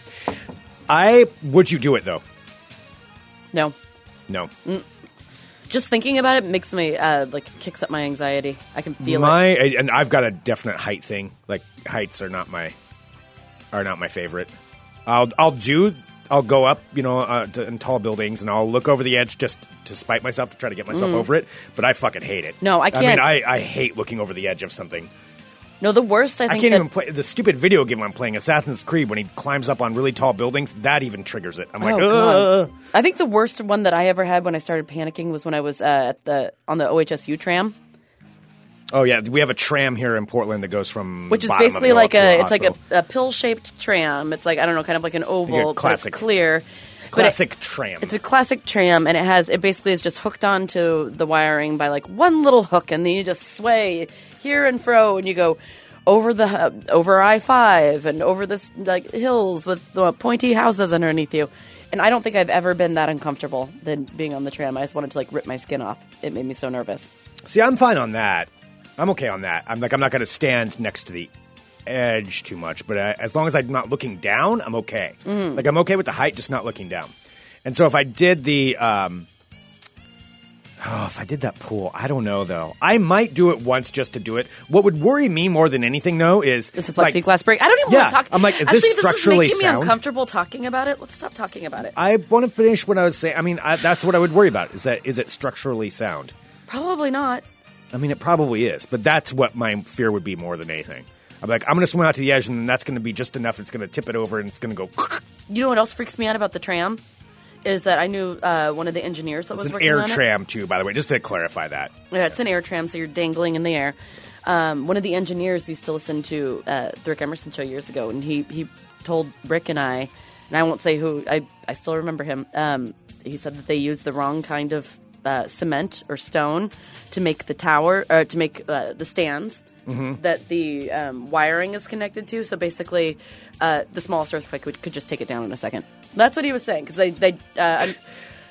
I would you do it though? No, No. just thinking about it makes me uh, like kicks up my anxiety. I can feel it. my and I've got a definite height thing. Like heights are not my are not my favorite. I'll I'll do I'll go up, you know, uh, to, in tall buildings, and I'll look over the edge just to spite myself to try to get myself over it. But I fucking hate it. Mm. No, I I mean, can't. I, I hate looking over the edge of something. No, the worst I I, think can't that even play the stupid video game I'm playing, Assassin's Creed, when he climbs up on really tall buildings. That even triggers it. I'm like, Oh, God. Ugh. I think the worst one that I ever had when I started panicking was when I was uh, at the on the OHSU tram, oh yeah, we have a tram here in Portland that goes from which is bottom of the basically hill up like to a, it's like hospital. a, a pill shaped tram. It's like I don't know, kind of like an oval, but it's classic- clear. But it- classic tram. it's a classic tram, and it has it basically is just hooked onto the wiring by like one little hook, and then you just sway here and fro, and you go over the hu- over I five and over this like hills with the pointy houses underneath you. And I don't think I've ever been that uncomfortable than being on the tram. I just wanted to like rip my skin off. It made me so nervous. See, I'm fine on that. I'm okay on that. I'm like, I'm not going to stand next to the edge too much, but uh, as long as I'm not looking down, I'm okay. Like, I'm okay with the height, just not looking down. And so, if I did the, um, oh, if I did that pool, I don't know though. I might do it once just to do it. What would worry me more than anything though is It's a like, plexiglass break. I don't even Yeah. want to talk. I'm like, is this Actually, structurally this is making sound? me uncomfortable talking about it. Let's stop talking about it. I want to finish what I was saying. I mean, I, that's what I would worry about. Is that is it structurally sound? Probably not. I mean, it probably is, but that's what my fear would be more than anything. I'm like, I'm going to swim out to the edge, and that's going to be just enough. It's going to tip it over, and it's going to go. You know what else freaks me out about the tram is that I knew uh, one of the engineers that It's was an working air on it. tram, too, by the way, just to clarify that. Yeah, it's an air tram, so you're dangling in the air. Um, one of the engineers used to listen to uh, the Rick Emerson show years ago, and he he told Rick and I, and I won't say who. I I still remember him. Um, he said that they used the wrong kind of uh, cement or stone to make the tower or to make uh, the stands that the um, wiring is connected to. So basically, uh, the smallest earthquake would, could just take it down in a second. That's what he was saying because they they. Uh,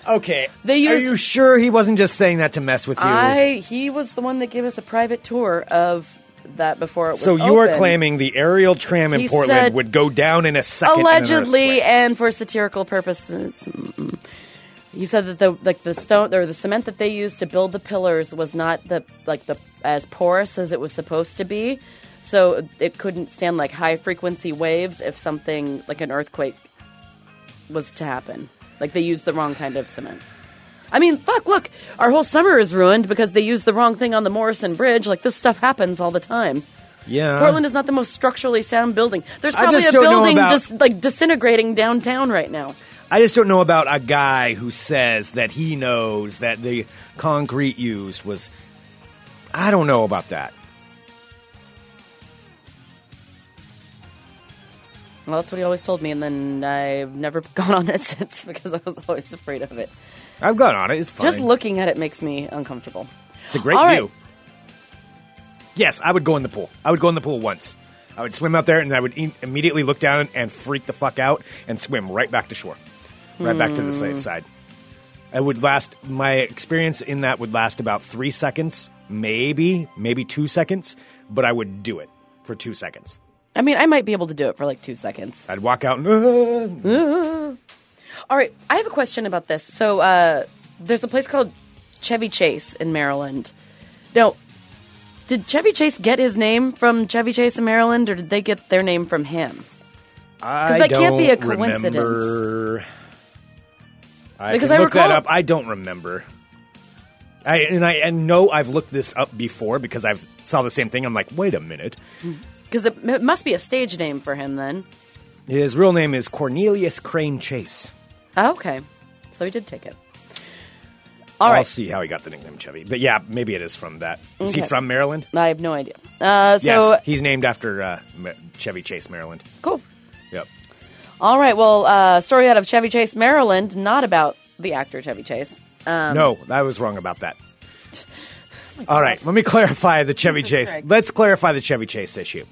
Okay, They are used- you sure he wasn't just saying that to mess with you? I he was the one that gave us a private tour of that before it was so you are open. claiming the aerial tram in He Portland said- would go down in a second? in an allegedly earthquake. and for satirical purposes. mm-mm. He said that the like the stone or the cement that they used to build the pillars was not the like the as porous as it was supposed to be. So it couldn't stand like high frequency waves if something like an earthquake was to happen. Like they used the wrong kind of cement. I mean, fuck, look, our whole summer is ruined because they used the wrong thing on the Morrison Bridge. Like this stuff happens all the time. Yeah. Portland is not the most structurally sound building. There's I probably just a don't know building about- dis- like disintegrating downtown right now. I just don't know about a guy who says that he knows that the concrete used was. I don't know about that. Well, that's what he always told me, and then I've never gone on it since because I was always afraid of it. I've got on it. It's fine. Just looking at it makes me uncomfortable. It's a great All right. view. Yes, I would go in the pool. I would go in the pool once. I would swim out there and I would in- immediately look down and freak the fuck out and swim right back to shore, right back to the Hmm. safe side. I would last, my experience in that would last about three seconds, maybe, maybe two seconds, but I would do it for two seconds. I mean, I might be able to do it for like two seconds. I'd walk out and, "Ah." All right, I have a question about this. So, uh, there's a place called Chevy Chase in Maryland. Now, did Chevy Chase get his name from Chevy Chase in Maryland, or did they get their name from him? I that can't be a don't coincidence. remember. I Because can I look that recall- up. I don't remember. I and I and no, I've looked this up before because I've saw the same thing. I'm like, wait a minute. Because it, it must be a stage name for him then. His real name is Cornelius Crane Chase. Oh, okay, so he did take it. All I'll right, see how he got the nickname Chevy. But yeah, maybe it is from that. Is he Okay. from Maryland? I have no idea. Uh, so yes, he's named after uh, Ma- Chevy Chase, Maryland. cool. Yep. All right, well, uh, story out of Chevy Chase, Maryland, not about the actor Chevy Chase. Um, no, I was wrong about that. All right, let me clarify the Chevy Oh Jesus Chase. Christ. Let's clarify the Chevy Chase issue.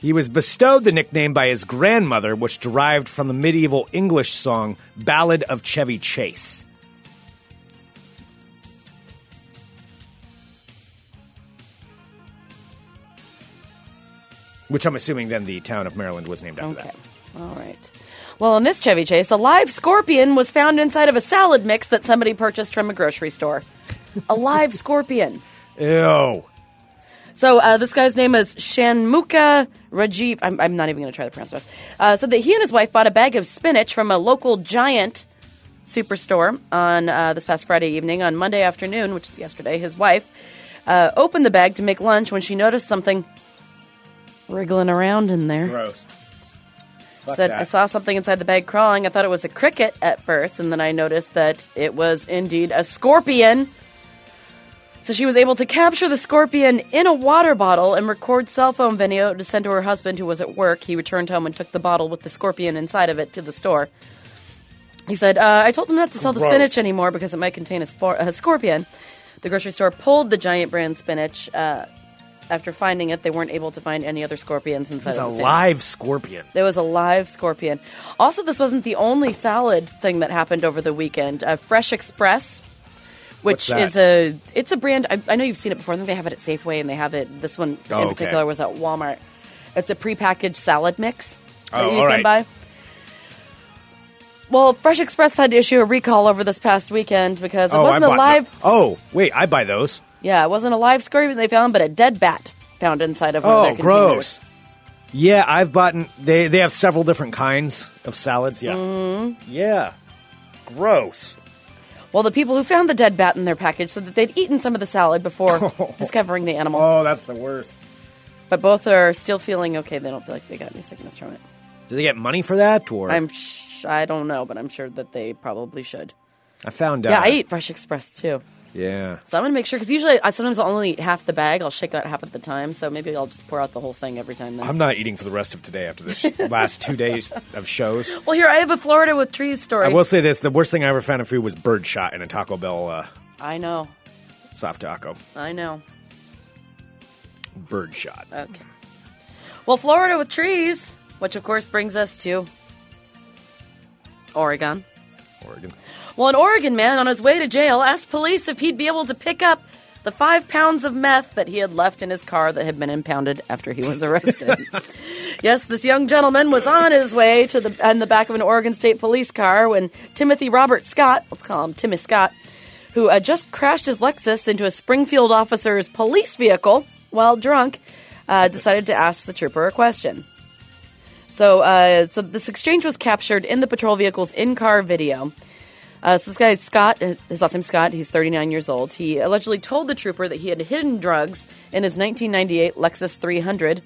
He was bestowed the nickname by his grandmother, which derived from the medieval English song Ballad of Chevy Chase. Which I'm assuming then the town of Maryland was named after Okay. that. All right. Well, in this Chevy Chase, a live scorpion was found inside of a salad mix that somebody purchased from a grocery store. A live scorpion. Ew. So uh, this guy's name is Shanmuka Rajiv. I'm, I'm not even going to try to pronounce this. Uh, so that he and his wife bought a bag of spinach from a local giant superstore on uh, this past Friday evening. On Monday afternoon, which is yesterday, his wife uh, opened the bag to make lunch when she noticed something wriggling around in there. Gross. Fuck said that. I saw something inside the bag crawling. I thought it was a cricket at first, and then I noticed that it was indeed a scorpion. So she was able to capture the scorpion in a water bottle and record cell phone video to send to her husband, who was at work. He returned home and took the bottle with the scorpion inside of it to the store. He said, uh, "I told him not to sell the Gross. spinach anymore because it might contain a, spor- a scorpion." The grocery store pulled the giant brand spinach. Uh, after finding it, they weren't able to find any other scorpions inside It's a of the sandwich. live scorpion. There was a live scorpion. Also, this wasn't the only salad thing that happened over the weekend. Uh, Fresh Express, What's which that? is a it's a brand. I, I know you've seen it before. I think they have it at Safeway, and they have it. This one Oh, okay. in particular was at Walmart. It's a prepackaged salad mix that Oh, you all can right. buy. Well, Fresh Express had to issue a recall over this past weekend because it oh, wasn't I a bought live. tho- Oh, wait, I buy those. Yeah, it wasn't a live scorpion they found, but a dead bat found inside of one of Oh, their containers. gross. Yeah, I've bought. They they have several different kinds of salads. Yeah. Mm-hmm. Yeah. Gross. Well, the people who found the dead bat in their package said that they'd eaten some of the salad before discovering the animal. Oh, that's the worst. But both are still feeling okay. They don't feel like they got any sickness from it. Do they get money for that? Or I'm sh- I don't know, but I'm sure that they probably should. I found out. Yeah, I eat Fresh Express too. Yeah. So I'm gonna make sure because usually I sometimes I'll only eat half the bag. I'll shake out half at the time, so maybe I'll just pour out the whole thing every time. Then. I'm not eating for the rest of today after this last two days of shows. well, here I have a Florida with trees story. I will say this: the worst thing I ever found in food was bird shot in a Taco Bell uh, I know, soft taco. I know. Bird shot. Okay. Well, Florida with trees, which of course brings us to Oregon. Oregon. Well, an Oregon man on his way to jail asked police if he'd be able to pick up the five pounds of meth that he had left in his car that had been impounded after he was arrested. yes, this young gentleman was on his way to the in the back of an Oregon State Police car when Timothy Robert Scott, let's call him Timmy Scott, who uh, just crashed his Lexus into a Springfield officer's police vehicle while drunk. uh, decided to ask the trooper a question. So, uh, so this exchange was captured in the patrol vehicle's in-car video. Uh, so this guy Scott, his last name's Scott. He's 39 years old. He allegedly told the trooper that he had hidden drugs in his 1998 Lexus 300.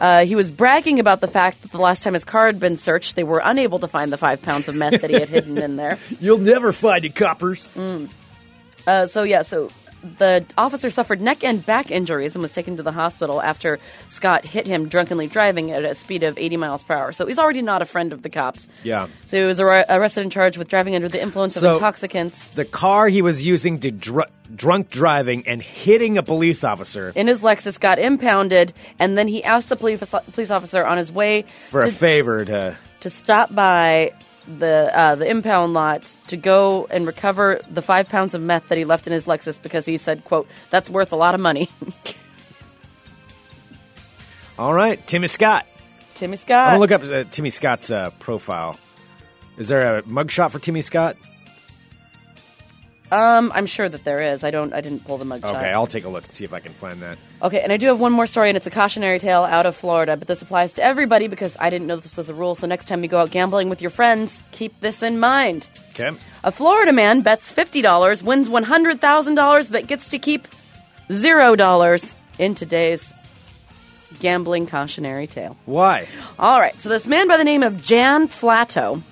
Uh, he was bragging about the fact that the last time his car had been searched, they were unable to find the five pounds of meth that he had hidden in there. You'll never find it, coppers. Uh, so yeah, so the officer suffered neck and back injuries and was taken to the hospital after Scott hit him drunkenly driving at a speed of 80 miles per hour. So he's already not a friend of the cops. Yeah. So he was ar- arrested and charged with driving under the influence So- of intoxicants The car he was using to dr- drunk driving and hitting a police officer in his Lexus got impounded, and then he asked the police, police officer on his way for a to, favor to. to stop by the uh, the impound lot to go and recover the five pounds of meth that he left in his Lexus because he said, "quote That's worth a lot of money." All right, Timmy Scott. Timmy I'm Scott. gonna look up uh, Timmy Scott's uh, profile. Is there a mugshot for Timmy Scott? um, I'm sure that there is. I don't. I didn't pull the mugshot. Okay, I'll take a look and see if I can find that. Okay, and I do have one more story, and it's a cautionary tale out of Florida, but this applies to everybody because I didn't know this was a rule. So next time you go out gambling with your friends, keep this in mind. Okay. A Florida man bets $50, wins $100,000, but gets to keep $0 in today's gambling cautionary tale. Why? All right, so this man by the name of Jan Flatto,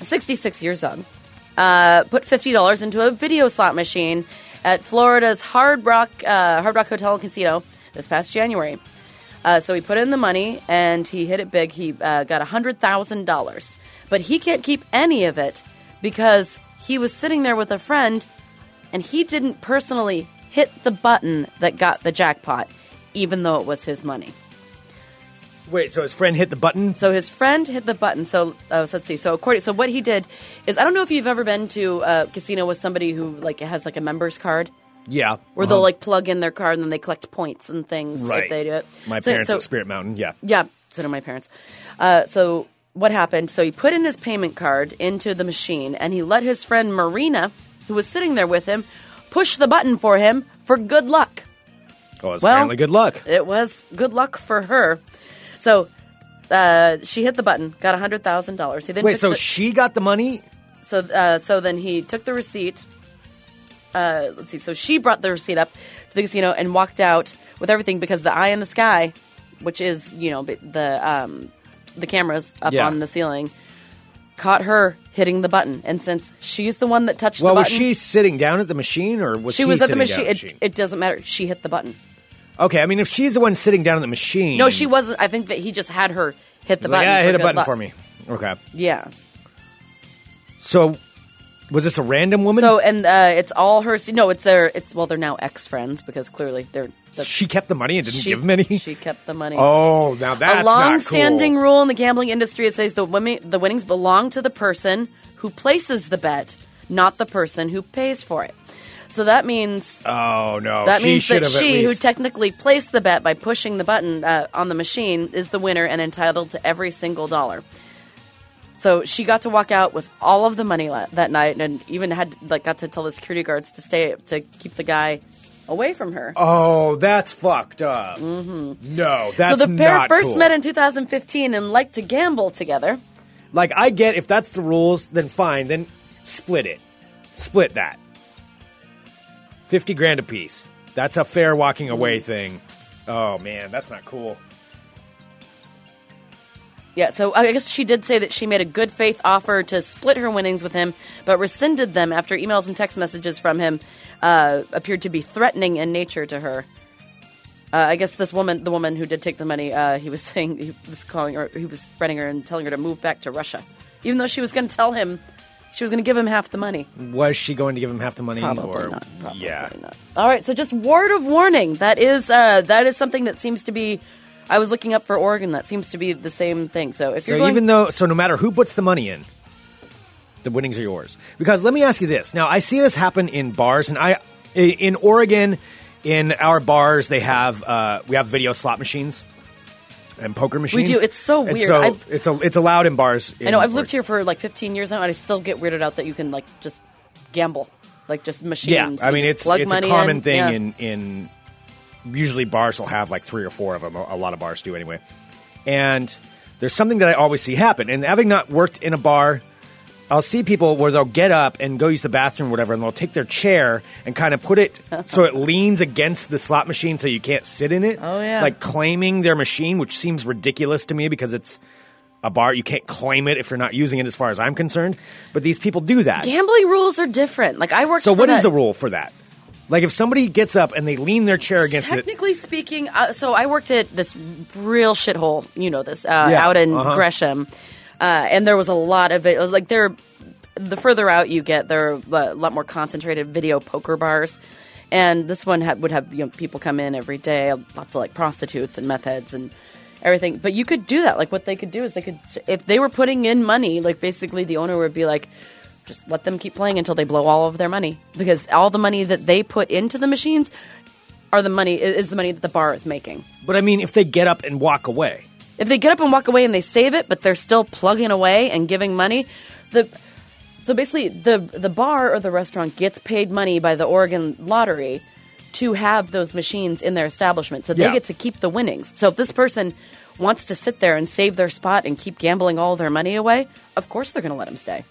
66 years young, uh, put $50 into a video slot machine at Florida's Hard Rock, uh, Hard Rock Hotel and Casino this past January. Uh, so he put in the money and he hit it big. He uh, got $100,000. But he can't keep any of it because he was sitting there with a friend and he didn't personally hit the button that got the jackpot, even though it was his money. Wait, so his friend hit the button? So his friend hit the button. So, uh, so let's see. So according, so what he did is, I don't know if you've ever been to a casino with somebody who like has like a members card, Yeah. where they'll like plug in their card and then they collect points and things Uh-huh. Right. if they do it. My So- parents so- at Spirit Mountain. Yeah. yeah, so do my parents. Uh, so what happened? So he put in his payment card into the machine, and he let his friend Marina, who was sitting there with him, push the button for him for good luck. Oh, it's Well- apparently good luck. It was good luck for her. So uh, she hit the button, got hundred thousand dollars. He then Wait, took so the- she got the money? So uh, so then he took the receipt. Uh, let's see. So she brought the receipt up to the casino and walked out with everything because the eye in the sky, which is you know the um, the cameras up Yeah. on the ceiling, caught her hitting the button. And since she's the one that touched Well, the was button, she sitting down at the machine, or was she he was at the sitting down machine. It, it doesn't matter. She hit the button. okay, I mean, if she's the one sitting down at the machine, No, she wasn't. I think that he just had her hit the Mm-hmm. Like, button. yeah, for hit a good button luck. for me. Okay, Yeah. so was this a random woman? So and uh, it's all her. No, it's their. It's well, they're now ex friends because clearly they're. that's- she kept the money and didn't she, give him any. She kept the money. oh, now that's a long-standing not rule in the gambling industry it says the women, the winnings belong to the person who places the bet, not the person who pays for it. So that means cool. Oh no, that she means should that have at she, who least- technically placed the bet by pushing the button uh, on the machine, is the winner and entitled to every single dollar. So she got to walk out with all of the money la- that night, and even had like got to tell the security guards to stay to keep the guy away from her. oh, that's fucked up. No, that's Mm-hmm. so the pair not first cool. met in 2015 and liked to gamble together. Like, I get if that's the rules, then fine. Then split it. Split that. 50 grand apiece. That's a fair walking Mm-hmm. away thing. Oh, man, that's not cool. Yeah, so I guess she did say that she made a good faith offer to split her winnings with him, but rescinded them after emails and text messages from him uh, appeared to be threatening in nature to her. Uh, I guess this woman, the woman who did take the money, uh, he was saying he was calling her, he was threatening her and telling her to move back to Russia, even though she was going to tell him she was going to give him half the money. Was she going to give him half the money? Probably or, not. Probably yeah. not. All right. So just word of warning. That is uh, that is something that seems to be. I was looking up for Oregon. That seems to be the same thing. So if So you're going, even though, so no matter who puts the money in, the winnings are yours. Because let me ask you this. Now I see this happen in bars, and I in Oregon, in our bars they have uh, we have video slot machines and poker machines. do. It's so And weird. so I've- it's a, it's allowed in bars. I know I've lived here for like 15 years now, and I still get weirded out that you can like just gamble, like just machines. Yeah, I You mean just it's plug it's a money common in. thing Yeah. in in usually bars will have like three or four of them. A a lot of bars do anyway. And there's something that I always see happen. And having not worked in a bar, I'll see people where they'll get up and go use the bathroom or whatever, and they'll take their chair and kind of put it so it leans against the slot machine so you can't sit in it. Oh, yeah. Like claiming their machine, which seems ridiculous to me because it's a bar. You can't claim it if you're not using it, as far as I'm concerned. But these people do that. Gambling rules are different. Like I worked. So, for what is that- the rule for that? Like, if somebody gets up and they lean their chair against it, Technically speaking, uh, so I worked at this real shithole. You know this uh, Yeah, out in uh-huh. Gresham, uh, and there was a lot of it. It was like there. The further out you get, there are a lot more concentrated video poker bars, and this one ha- would have you know, people come in every day, lots of like prostitutes and meth heads and everything. But you could do that. Like what they could do is they could, if they were putting in money, like basically the owner would be like. Just let them keep playing until they blow all of their money because all the money that they put into the machines are the money is the money that the bar is making. but I mean, if they get up and walk away, If they get up and walk away and they save it, but they're still plugging away and giving money, the so basically the the bar or the restaurant gets paid money by the Oregon lottery to have those machines in their establishment. So they Yeah. get to keep the winnings. So if this person wants to sit there and save their spot and keep gambling all their money away, of course they're going to let them stay.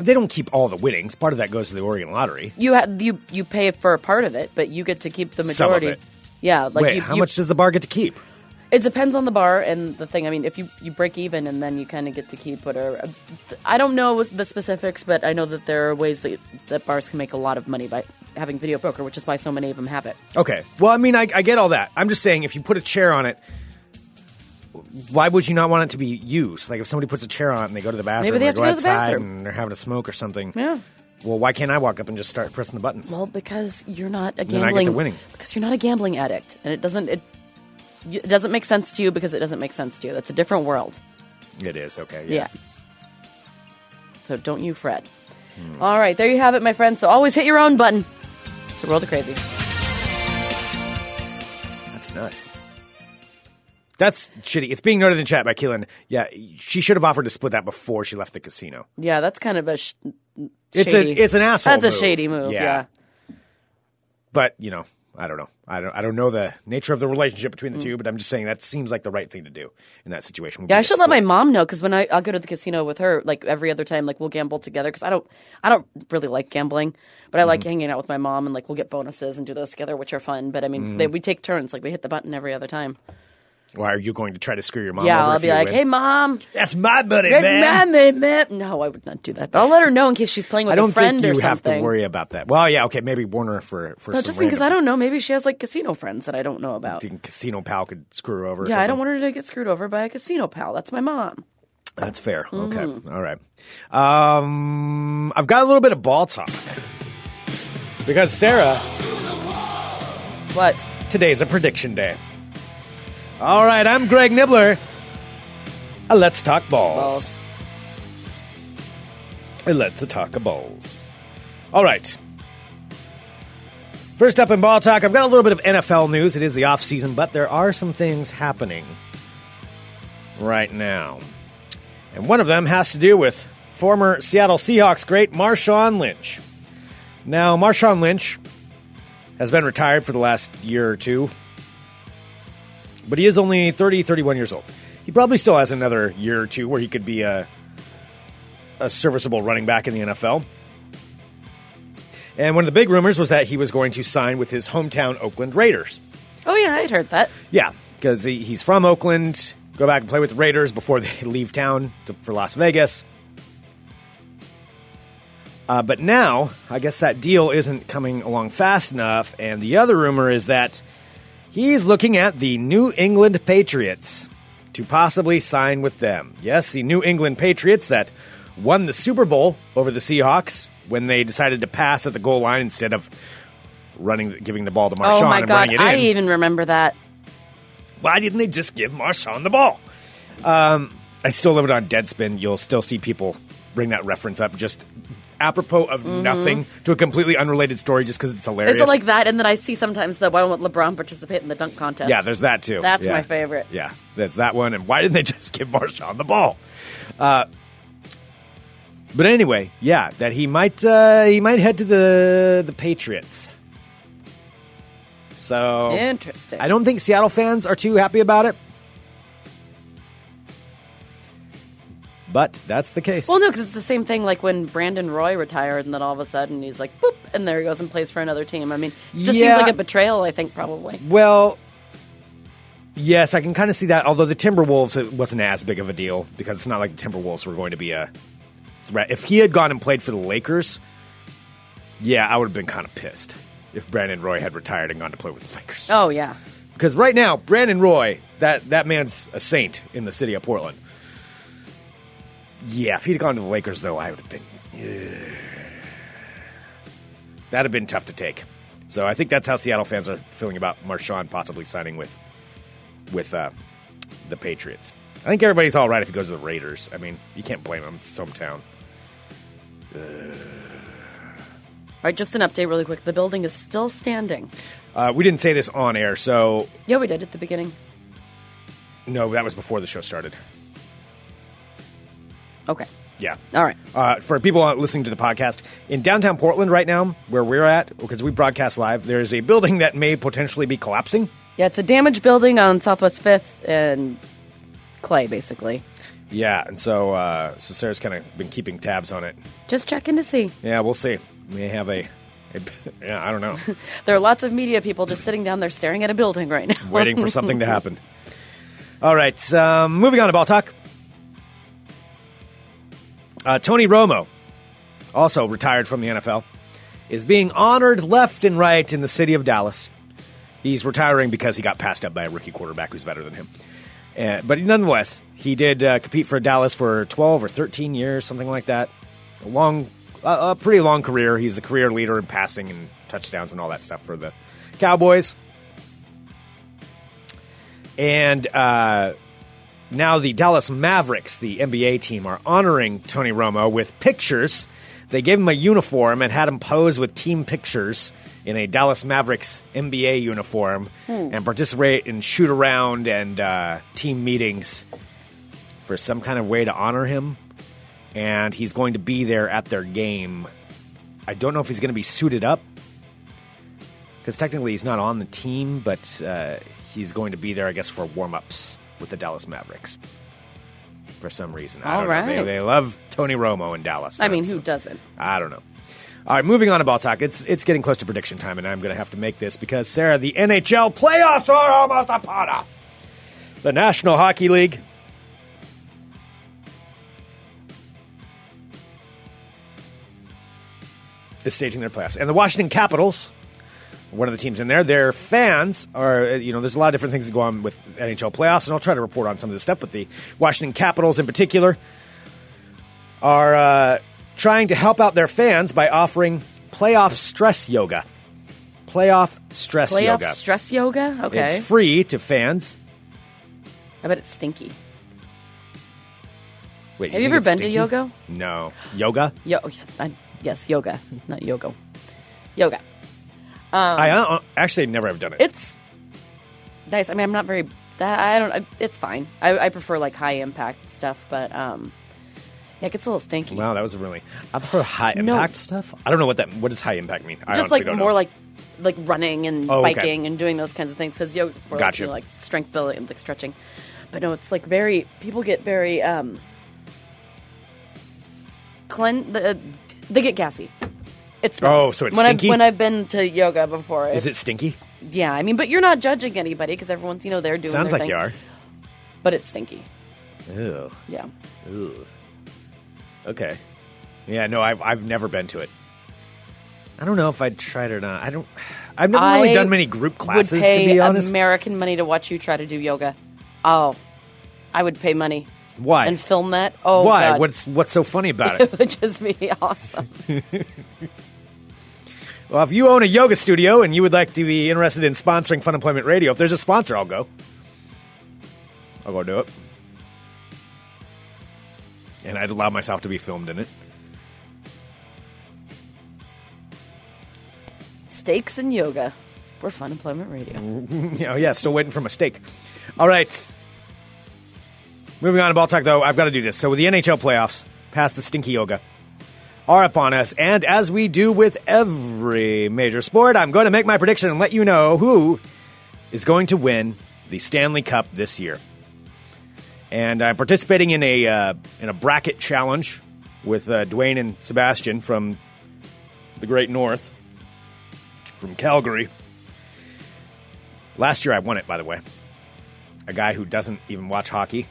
they don't keep all the winnings. Part of that goes to the Oregon Lottery. You ha- you you pay for a part of it, but you get to keep the Some of majority. it. Yeah, like Wait, you, how you- much does the bar get to keep? It depends on the bar and the thing. I mean, if you, you break even and then you kind of get to keep whatever. I don't know with the specifics, but I know that there are ways that, that bars can make a lot of money by having video poker, which is why so many of them have it. Okay. Well, I mean, I, I get all that. I'm just saying, if you put a chair on it, why would you not want it to be used? Like, if somebody puts a chair on it and they go to the bathroom, Maybe they or have to go go to the outside bathroom. and they're having a smoke or something. Yeah. Well, why can't I walk up and just start pressing the buttons? Well, because you're not a then I get gambling to winning. because you're not a gambling addict, and it doesn't it, it doesn't make sense to you because it doesn't make sense to you. That's a different world. It is okay. Yeah. So don't you fret. Hmm. All right, there you have it, my friend. So always hit your own button. It's a world of crazy. That's nuts. That's shitty. It's being noted in chat by Keelan. Yeah, she should have offered to split that before she left the casino. Yeah, that's kind of a. Sh- It's shady. a it's an asshole. That's a move. shady move. Yeah. But you know, I don't know. I don't. I don't know the nature of the relationship between the two. But I'm just saying that seems like the right thing to do in that situation. would be Mm. Yeah, I to should let my split. mom know because when I I'll go to the casino with her, like every other time, like we'll gamble together because I don't I don't really like gambling, but I like Mm-hmm. hanging out with my mom and like we'll get bonuses and do those together, which are fun. But I mean, Mm-hmm. they, we take turns, like we hit the button every other time. Why are you going to try to screw your mom? yeah, over I'll if be you like, win? hey mom, that's my buddy, hey, man. mom, hey, mom. No, I would not do that, but I'll let her know in case she's playing with I don't a friend think you or have something. to worry about that. Well, yeah, okay, maybe warn her for for No, some just because I random don't know, maybe she has like casino friends that I don't know about. thing casino pal could screw her over. or Yeah, I don't something. want her to get screwed over by a casino pal. That's my mom. That's fair. Okay. All right. Um, I've got a little bit of ball talk because Sarah, What? today's a prediction day. All right. I'm Greg Nibbler. Uh, Let's talk balls. Balls. Uh, Let's talk a balls. All right. First up in ball talk, I've got a little bit of NFL news. It is the off season, but there are some things happening right now. And one of them has to do with former Seattle Seahawks great Marshawn Lynch. Now, Marshawn Lynch has been retired for the last year or two, but he is only 30, 31 years old. He probably still has another year or two where he could be a, a serviceable running back in the NFL. And one of the big rumors was that he was going to sign with his hometown Oakland Raiders. Oh yeah, I'd heard that. Yeah, because he, he's from Oakland. Go back and play with the Raiders before they leave town to, for Las Vegas. Uh, but now, I guess that deal isn't coming along fast enough. And the other rumor is that he's looking at the New England Patriots to possibly sign with them. Yes, the New England Patriots that won the Super Bowl over the Seahawks when they decided to pass at the goal line instead of running, giving the ball to Marshawn oh my and god, running it in. I even remember that. Why didn't they just give Marshawn the ball? Um, I still love it on Deadspin. You'll still see people bring that reference up just apropos of nothing to a completely unrelated story just because it's hilarious. Mm-hmm. Is it like that? And then I see sometimes that why won't LeBron participate in the dunk contest? Yeah, there's that too. That's Yeah. my favorite. Yeah, that's that one. And why didn't they just give Marshawn the ball? Uh, but anyway, yeah, that he might uh, he might head to the the Patriots. So Interesting. I don't think Seattle fans are too happy about it. But that's the case. Well, no, because it's the same thing like when Brandon Roy retired, and then all of a sudden he's like, boop, and there he goes and plays for another team. I mean, it just Yeah. seems like a betrayal, I think, probably. Well, yes, I can kind of see that. Although the Timberwolves, it wasn't as big of a deal because it's not like the Timberwolves were going to be a threat. If he had gone and played for the Lakers, yeah, I would have been kind of pissed if Brandon Roy had retired and gone to play with the Lakers. Oh, yeah. Because right now, Brandon Roy, that, that man's a saint in the city of Portland. Yeah, if he'd gone to the Lakers, though, I would have been. That'd have been tough to take. So I think that's how Seattle fans are feeling about Marshawn possibly signing with with uh, the Patriots. I think everybody's all right if he goes to the Raiders. I mean, you can't blame him. It's his hometown. All right, just an update really quick. The building is still standing. Uh, we didn't say this on air, so Yeah, we did at the beginning. no, that was before the show started. Okay. Yeah. All right. Uh, for people out listening to the podcast, in downtown Portland right now, where we're at, because we broadcast live, there is a building that may potentially be collapsing. Yeah, it's a damaged building on Southwest 5th and Clay, basically. Yeah, and so uh, so Sarah's kind of been keeping tabs on it. Just checking to see. Yeah, we'll see. We may have a, a yeah, I don't know, There are lots of media people just sitting down there staring at a building right now. waiting for something to happen. All right, um, moving on to ball talk. Uh, Tony Romo, also retired from the NFL, is being honored left and right in the city of Dallas. He's retiring because he got passed up by a rookie quarterback who's better than him. Uh, but nonetheless, he did uh, compete for Dallas for 12 or 13 years, something like that. A long, uh, a pretty long career. He's the career leader in passing and touchdowns and all that stuff for the Cowboys. And uh, now the Dallas Mavericks, the NBA team, are honoring Tony Romo with pictures. They gave him a uniform and had him pose with team pictures in a Dallas Mavericks NBA uniform and participate in shoot around and uh, team meetings for some kind of way to honor him. And he's going to be there at their game. I don't know if he's going to be suited up because technically he's not on the team, but uh, he's going to be there, I guess, for warm ups with the Dallas Mavericks for some reason. I All don't know. They- right. They, love Tony Romo in Dallas. I mean, That's- who doesn't? I don't know. All right, moving on to ball talk. It's it's getting close to prediction time, and I'm going to have to make this because Sarah, the NHL playoffs are almost upon us. The National Hockey League. Is staging their playoffs, and the Washington Capitals, one of the teams in there, their fans are. uh, You know, there's a lot of different things that go on with NHL playoffs, and I'll try to report on some of this stuff. But the Washington Capitals, in particular, are uh, trying to help out their fans by offering playoff stress yoga. Playoff stress Playoff yoga. stress yoga? Okay. It's free to fans. I bet it's stinky. Wait, Have you think ever it's been to stinky? yoga? No, yoga. Yo- I, yes, yoga, not yoga. Yoga. Um. I uh, actually never have done it. It's nice. I mean, I'm not very that. I don't. I, it's fine. I, I prefer like high impact stuff, but um, yeah, it gets a little stinky. wow, that was a really. I prefer high No. impact stuff. I don't know what that. What does high impact mean? I Just honestly like don't more know. like like running and Oh, okay. biking and doing those kinds of things because yoga's more like, Gotcha. you know, like strength building and like stretching. But no, it's like very people get very um clean. The, uh, they get gassy. It's Oh, so it's when stinky? I've, when I've been to yoga before. Is it stinky? Yeah, I mean, but you're not judging anybody because everyone's you know they're doing Sounds their like thing. you are. But it's stinky. Ew. Yeah. Okay. Yeah. No, I've I've never been to it. I don't know if I'd try it or not. I don't. I've never really I done many group classes. would pay to be honest, American money to watch you try to do yoga. Oh, I would pay money why? and film that. Oh, Why? God. What's what's so funny about it? it would just be awesome. well, if you own a yoga studio and you would like to be interested in sponsoring Fun Employment Radio, if there's a sponsor, I'll go. I'll go do it. And I'd allow myself to be filmed in it. Steaks and yoga. We're Fun Employment Radio. Oh yeah, still waiting for my steak. All right. Moving on to ball talk, though, I've got to do this. So with the NHL playoffs, past the stinky yoga, are upon us. And as we do with every major sport, I'm going to make my prediction and let you know who is going to win the Stanley Cup this year. And I'm participating in a uh, in a bracket challenge with uh, Dwayne and Sebastian from the Great North, from Calgary. Last year I won it, by the way. A guy who doesn't even watch hockey.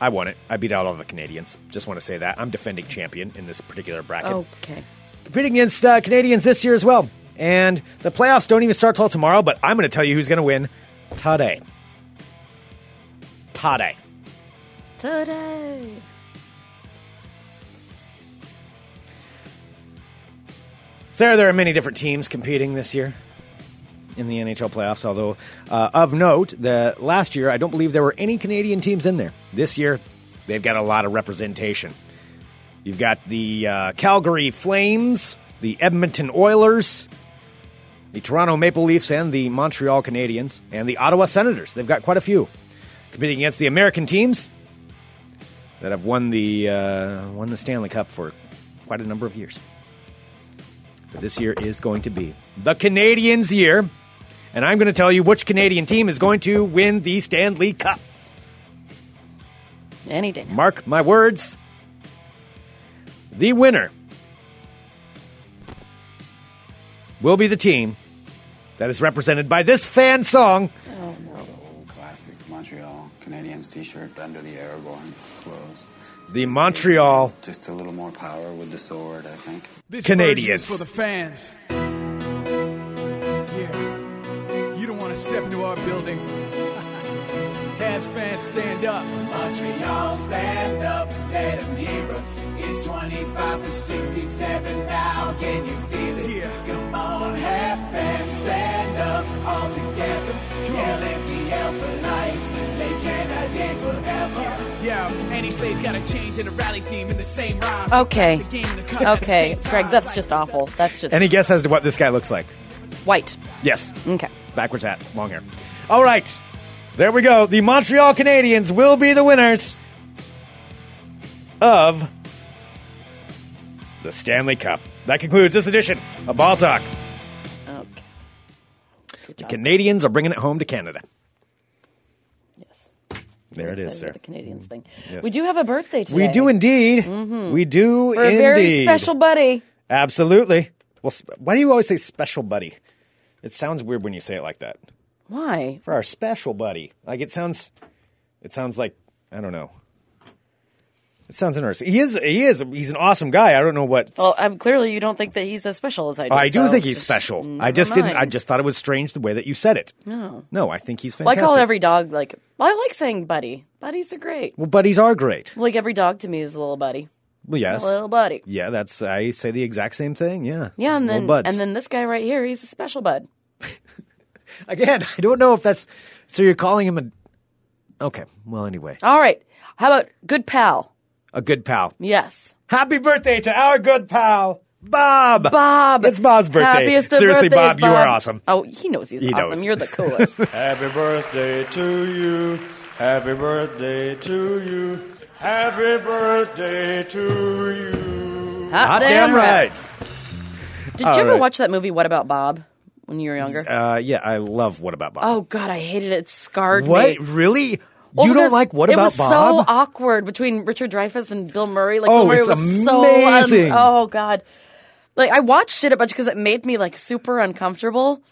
I won it. I beat out all the Canadians. Just want to say that. I'm defending champion in this particular bracket. Okay. Competing against uh, Canadians this year as well. And the playoffs don't even start till tomorrow, but I'm going to tell you who's going to win today. Today. Today. Sarah, there are many different teams competing this year in the NHL playoffs, although uh, of note, the last year I don't believe there were any Canadian teams in there. This year, they've got a lot of representation. You've got the uh, Calgary Flames, the Edmonton Oilers, the Toronto Maple Leafs, and the Montreal Canadiens, and the Ottawa Senators. They've got quite a few competing against the American teams that have won the uh, won the Stanley Cup for quite a number of years. But this year is going to be the Canadians' year, and I'm going to tell you which Canadian team is going to win the Stanley Cup. Any day. now. Mark my words. The winner will be the team that is represented by this fan song. Classic Montreal Canadiens t-shirt under the Aragorn clothes. The Montreal Just a little more power with the sword, I think. This Canadians. version is for the fans. Yeah. You don't want to step into our building. Habs fans, stand up. Montreal, stand up. Let them hear us. It's 25 to 67 now. Can you feel it? Yeah. Come on, Habs fans, stand up. All together. LMTL for life. They cannot change forever. Yeah, any state's got a change in a rally theme in the same rhyme. Okay. The game and the cup at the Okay, same Greg, time. that's just awful. That's just Any guess as to what this guy looks like? white. Yes. Okay. Backwards hat, long hair. All right. There we go. The Montreal Canadiens will be the winners of the Stanley Cup. That concludes this edition of Ball Talk. Okay. The Canadians are bringing it home to Canada. Yes. There it Excited is, about sir. The Canadians thing. Yes. We do have a birthday today. We do indeed. We do For a indeed. very special buddy. Absolutely. Well, sp- why do you always say special buddy? It sounds weird when you say it like that. Why? For our special buddy, like it sounds, it sounds like I don't know. It sounds interesting. He is. He is. He's an awesome guy. I don't know what. Well, um, clearly you don't think that he's as special as I do. I do so think he's just special. I never just didn't. I mind. just thought it was strange the way that you said it. No. No, I think he's Well, I fantastic. call every dog like. Well, I like saying buddy. Buddies are great. Well, buddies are great. Like every dog to me is a little buddy. Well, yes. A little buddy. Yeah, that's. I say the exact same thing. Yeah. Yeah, and Little then buds. and then this guy right here, he's a special bud. Again, I don't know if that's so. You're calling him a okay. Well, anyway, All right. How about good pal? a good pal. Yes. Happy birthday to our good pal Bob. Bob. It's Bob's birthday. Happiest of Seriously, birthdays, Bob, you are awesome. Oh, he knows he's He awesome. knows. You're the coolest. Happy birthday to you. Happy birthday to you. Happy birthday to you. Hot damn right. Did All you ever right. watch that movie What About Bob when you were younger? Uh, yeah, I love What About Bob. oh God, I hated it. It scarred me. what really? Oh, Well, you don't because like What it About was Bob? so awkward between Richard Dreyfuss and Bill Murray. Like Oh, Bill Murray it's was so un- amazing. oh God. Like I watched it a bunch because it made me like super uncomfortable.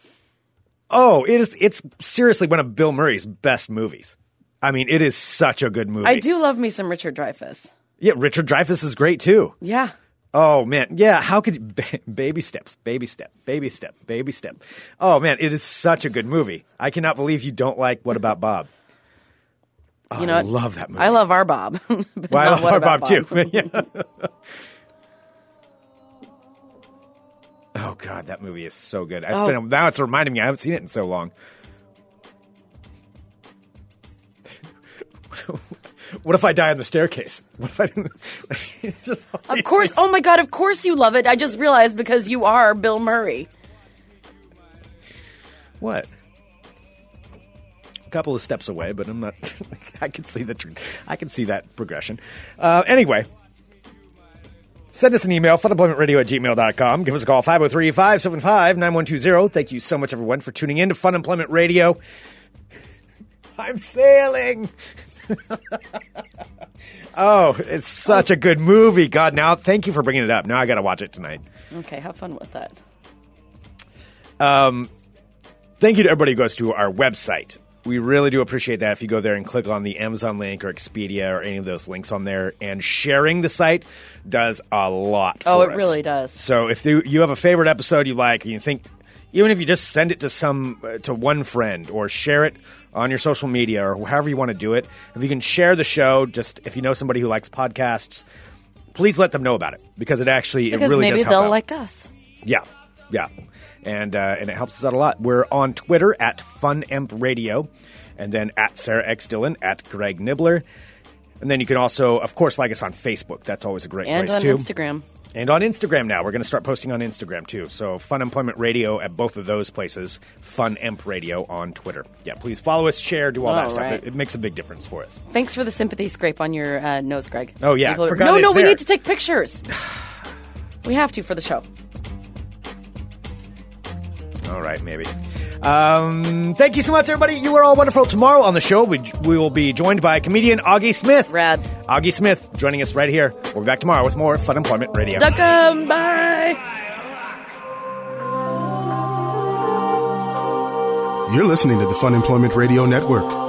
oh, it is. It's seriously one of Bill Murray's best movies. I mean, it is such a good movie. I do love me some Richard Dreyfuss. Yeah, Richard Dreyfuss is great too. Yeah. Oh man, yeah. How could you, ba- baby steps, baby step, baby step, baby step? Oh man, it is such a good movie. I cannot believe you don't like What About Bob. Oh, You know I what? love that movie. I love our Bob. But Well, I not love What our About Bob too. Yeah. oh god, that movie is so good. It's Oh. been a, now it's reminding me. I haven't seen it in so long. what if I die on the staircase? What if I didn't? it's just Of course. Oh my God. Of course you love it. I just realized because you are Bill Murray. What? A couple of steps away, but I'm not. I can see the. tr- I can see that progression. Uh, anyway, Send us an email, funemploymentradio at gmail.com. Give us a call, 503 575 9120. Thank you so much, everyone, for tuning in to Fun Employment Radio. I'm sailing. oh, it's such a good movie. God, now thank you for bringing it up. Now I got to watch it tonight. Okay, have fun with that. Thank you to everybody who goes to our website. We really do appreciate that if you go there and click on the Amazon link or Expedia or any of those links on there. And sharing the site does a lot. Oh, for it us. really does. So if you you have a favorite episode you like, and you think even if you just send it to some uh, to one friend or share it on your social media or however you want to do it, if you can share the show, just if you know somebody who likes podcasts, please let them know about it because it actually Because it really maybe does help they'll out. like us. Yeah, yeah, and uh, and it helps us out a lot. We're on Twitter at FunEmp Radio, and then at Sarah X Dillon, at Greg Nibbler, and then you can also, of course, like us on Facebook. That's always a great And place on too. Instagram. And on Instagram now, we're going to start posting on Instagram too. So Fun Employment Radio at both of those places. Fun Emp Radio on Twitter. Yeah, please follow us, share, do all, that All stuff. right. It, it makes a big difference for us. Thanks for the sympathy scrape on your uh, nose, Greg. Oh, yeah, People- forgot no, it's no, we there. need to take pictures. we have to for the show. All right, maybe. Um, thank you so much, everybody. You are all wonderful. Tomorrow on the show, we, we will be joined by comedian Augie Smith. Rad. Augie Smith joining us right here. We'll be back tomorrow with more Fun Employment Radio. Duckum, bye. You're listening to the Fun Employment Radio Network.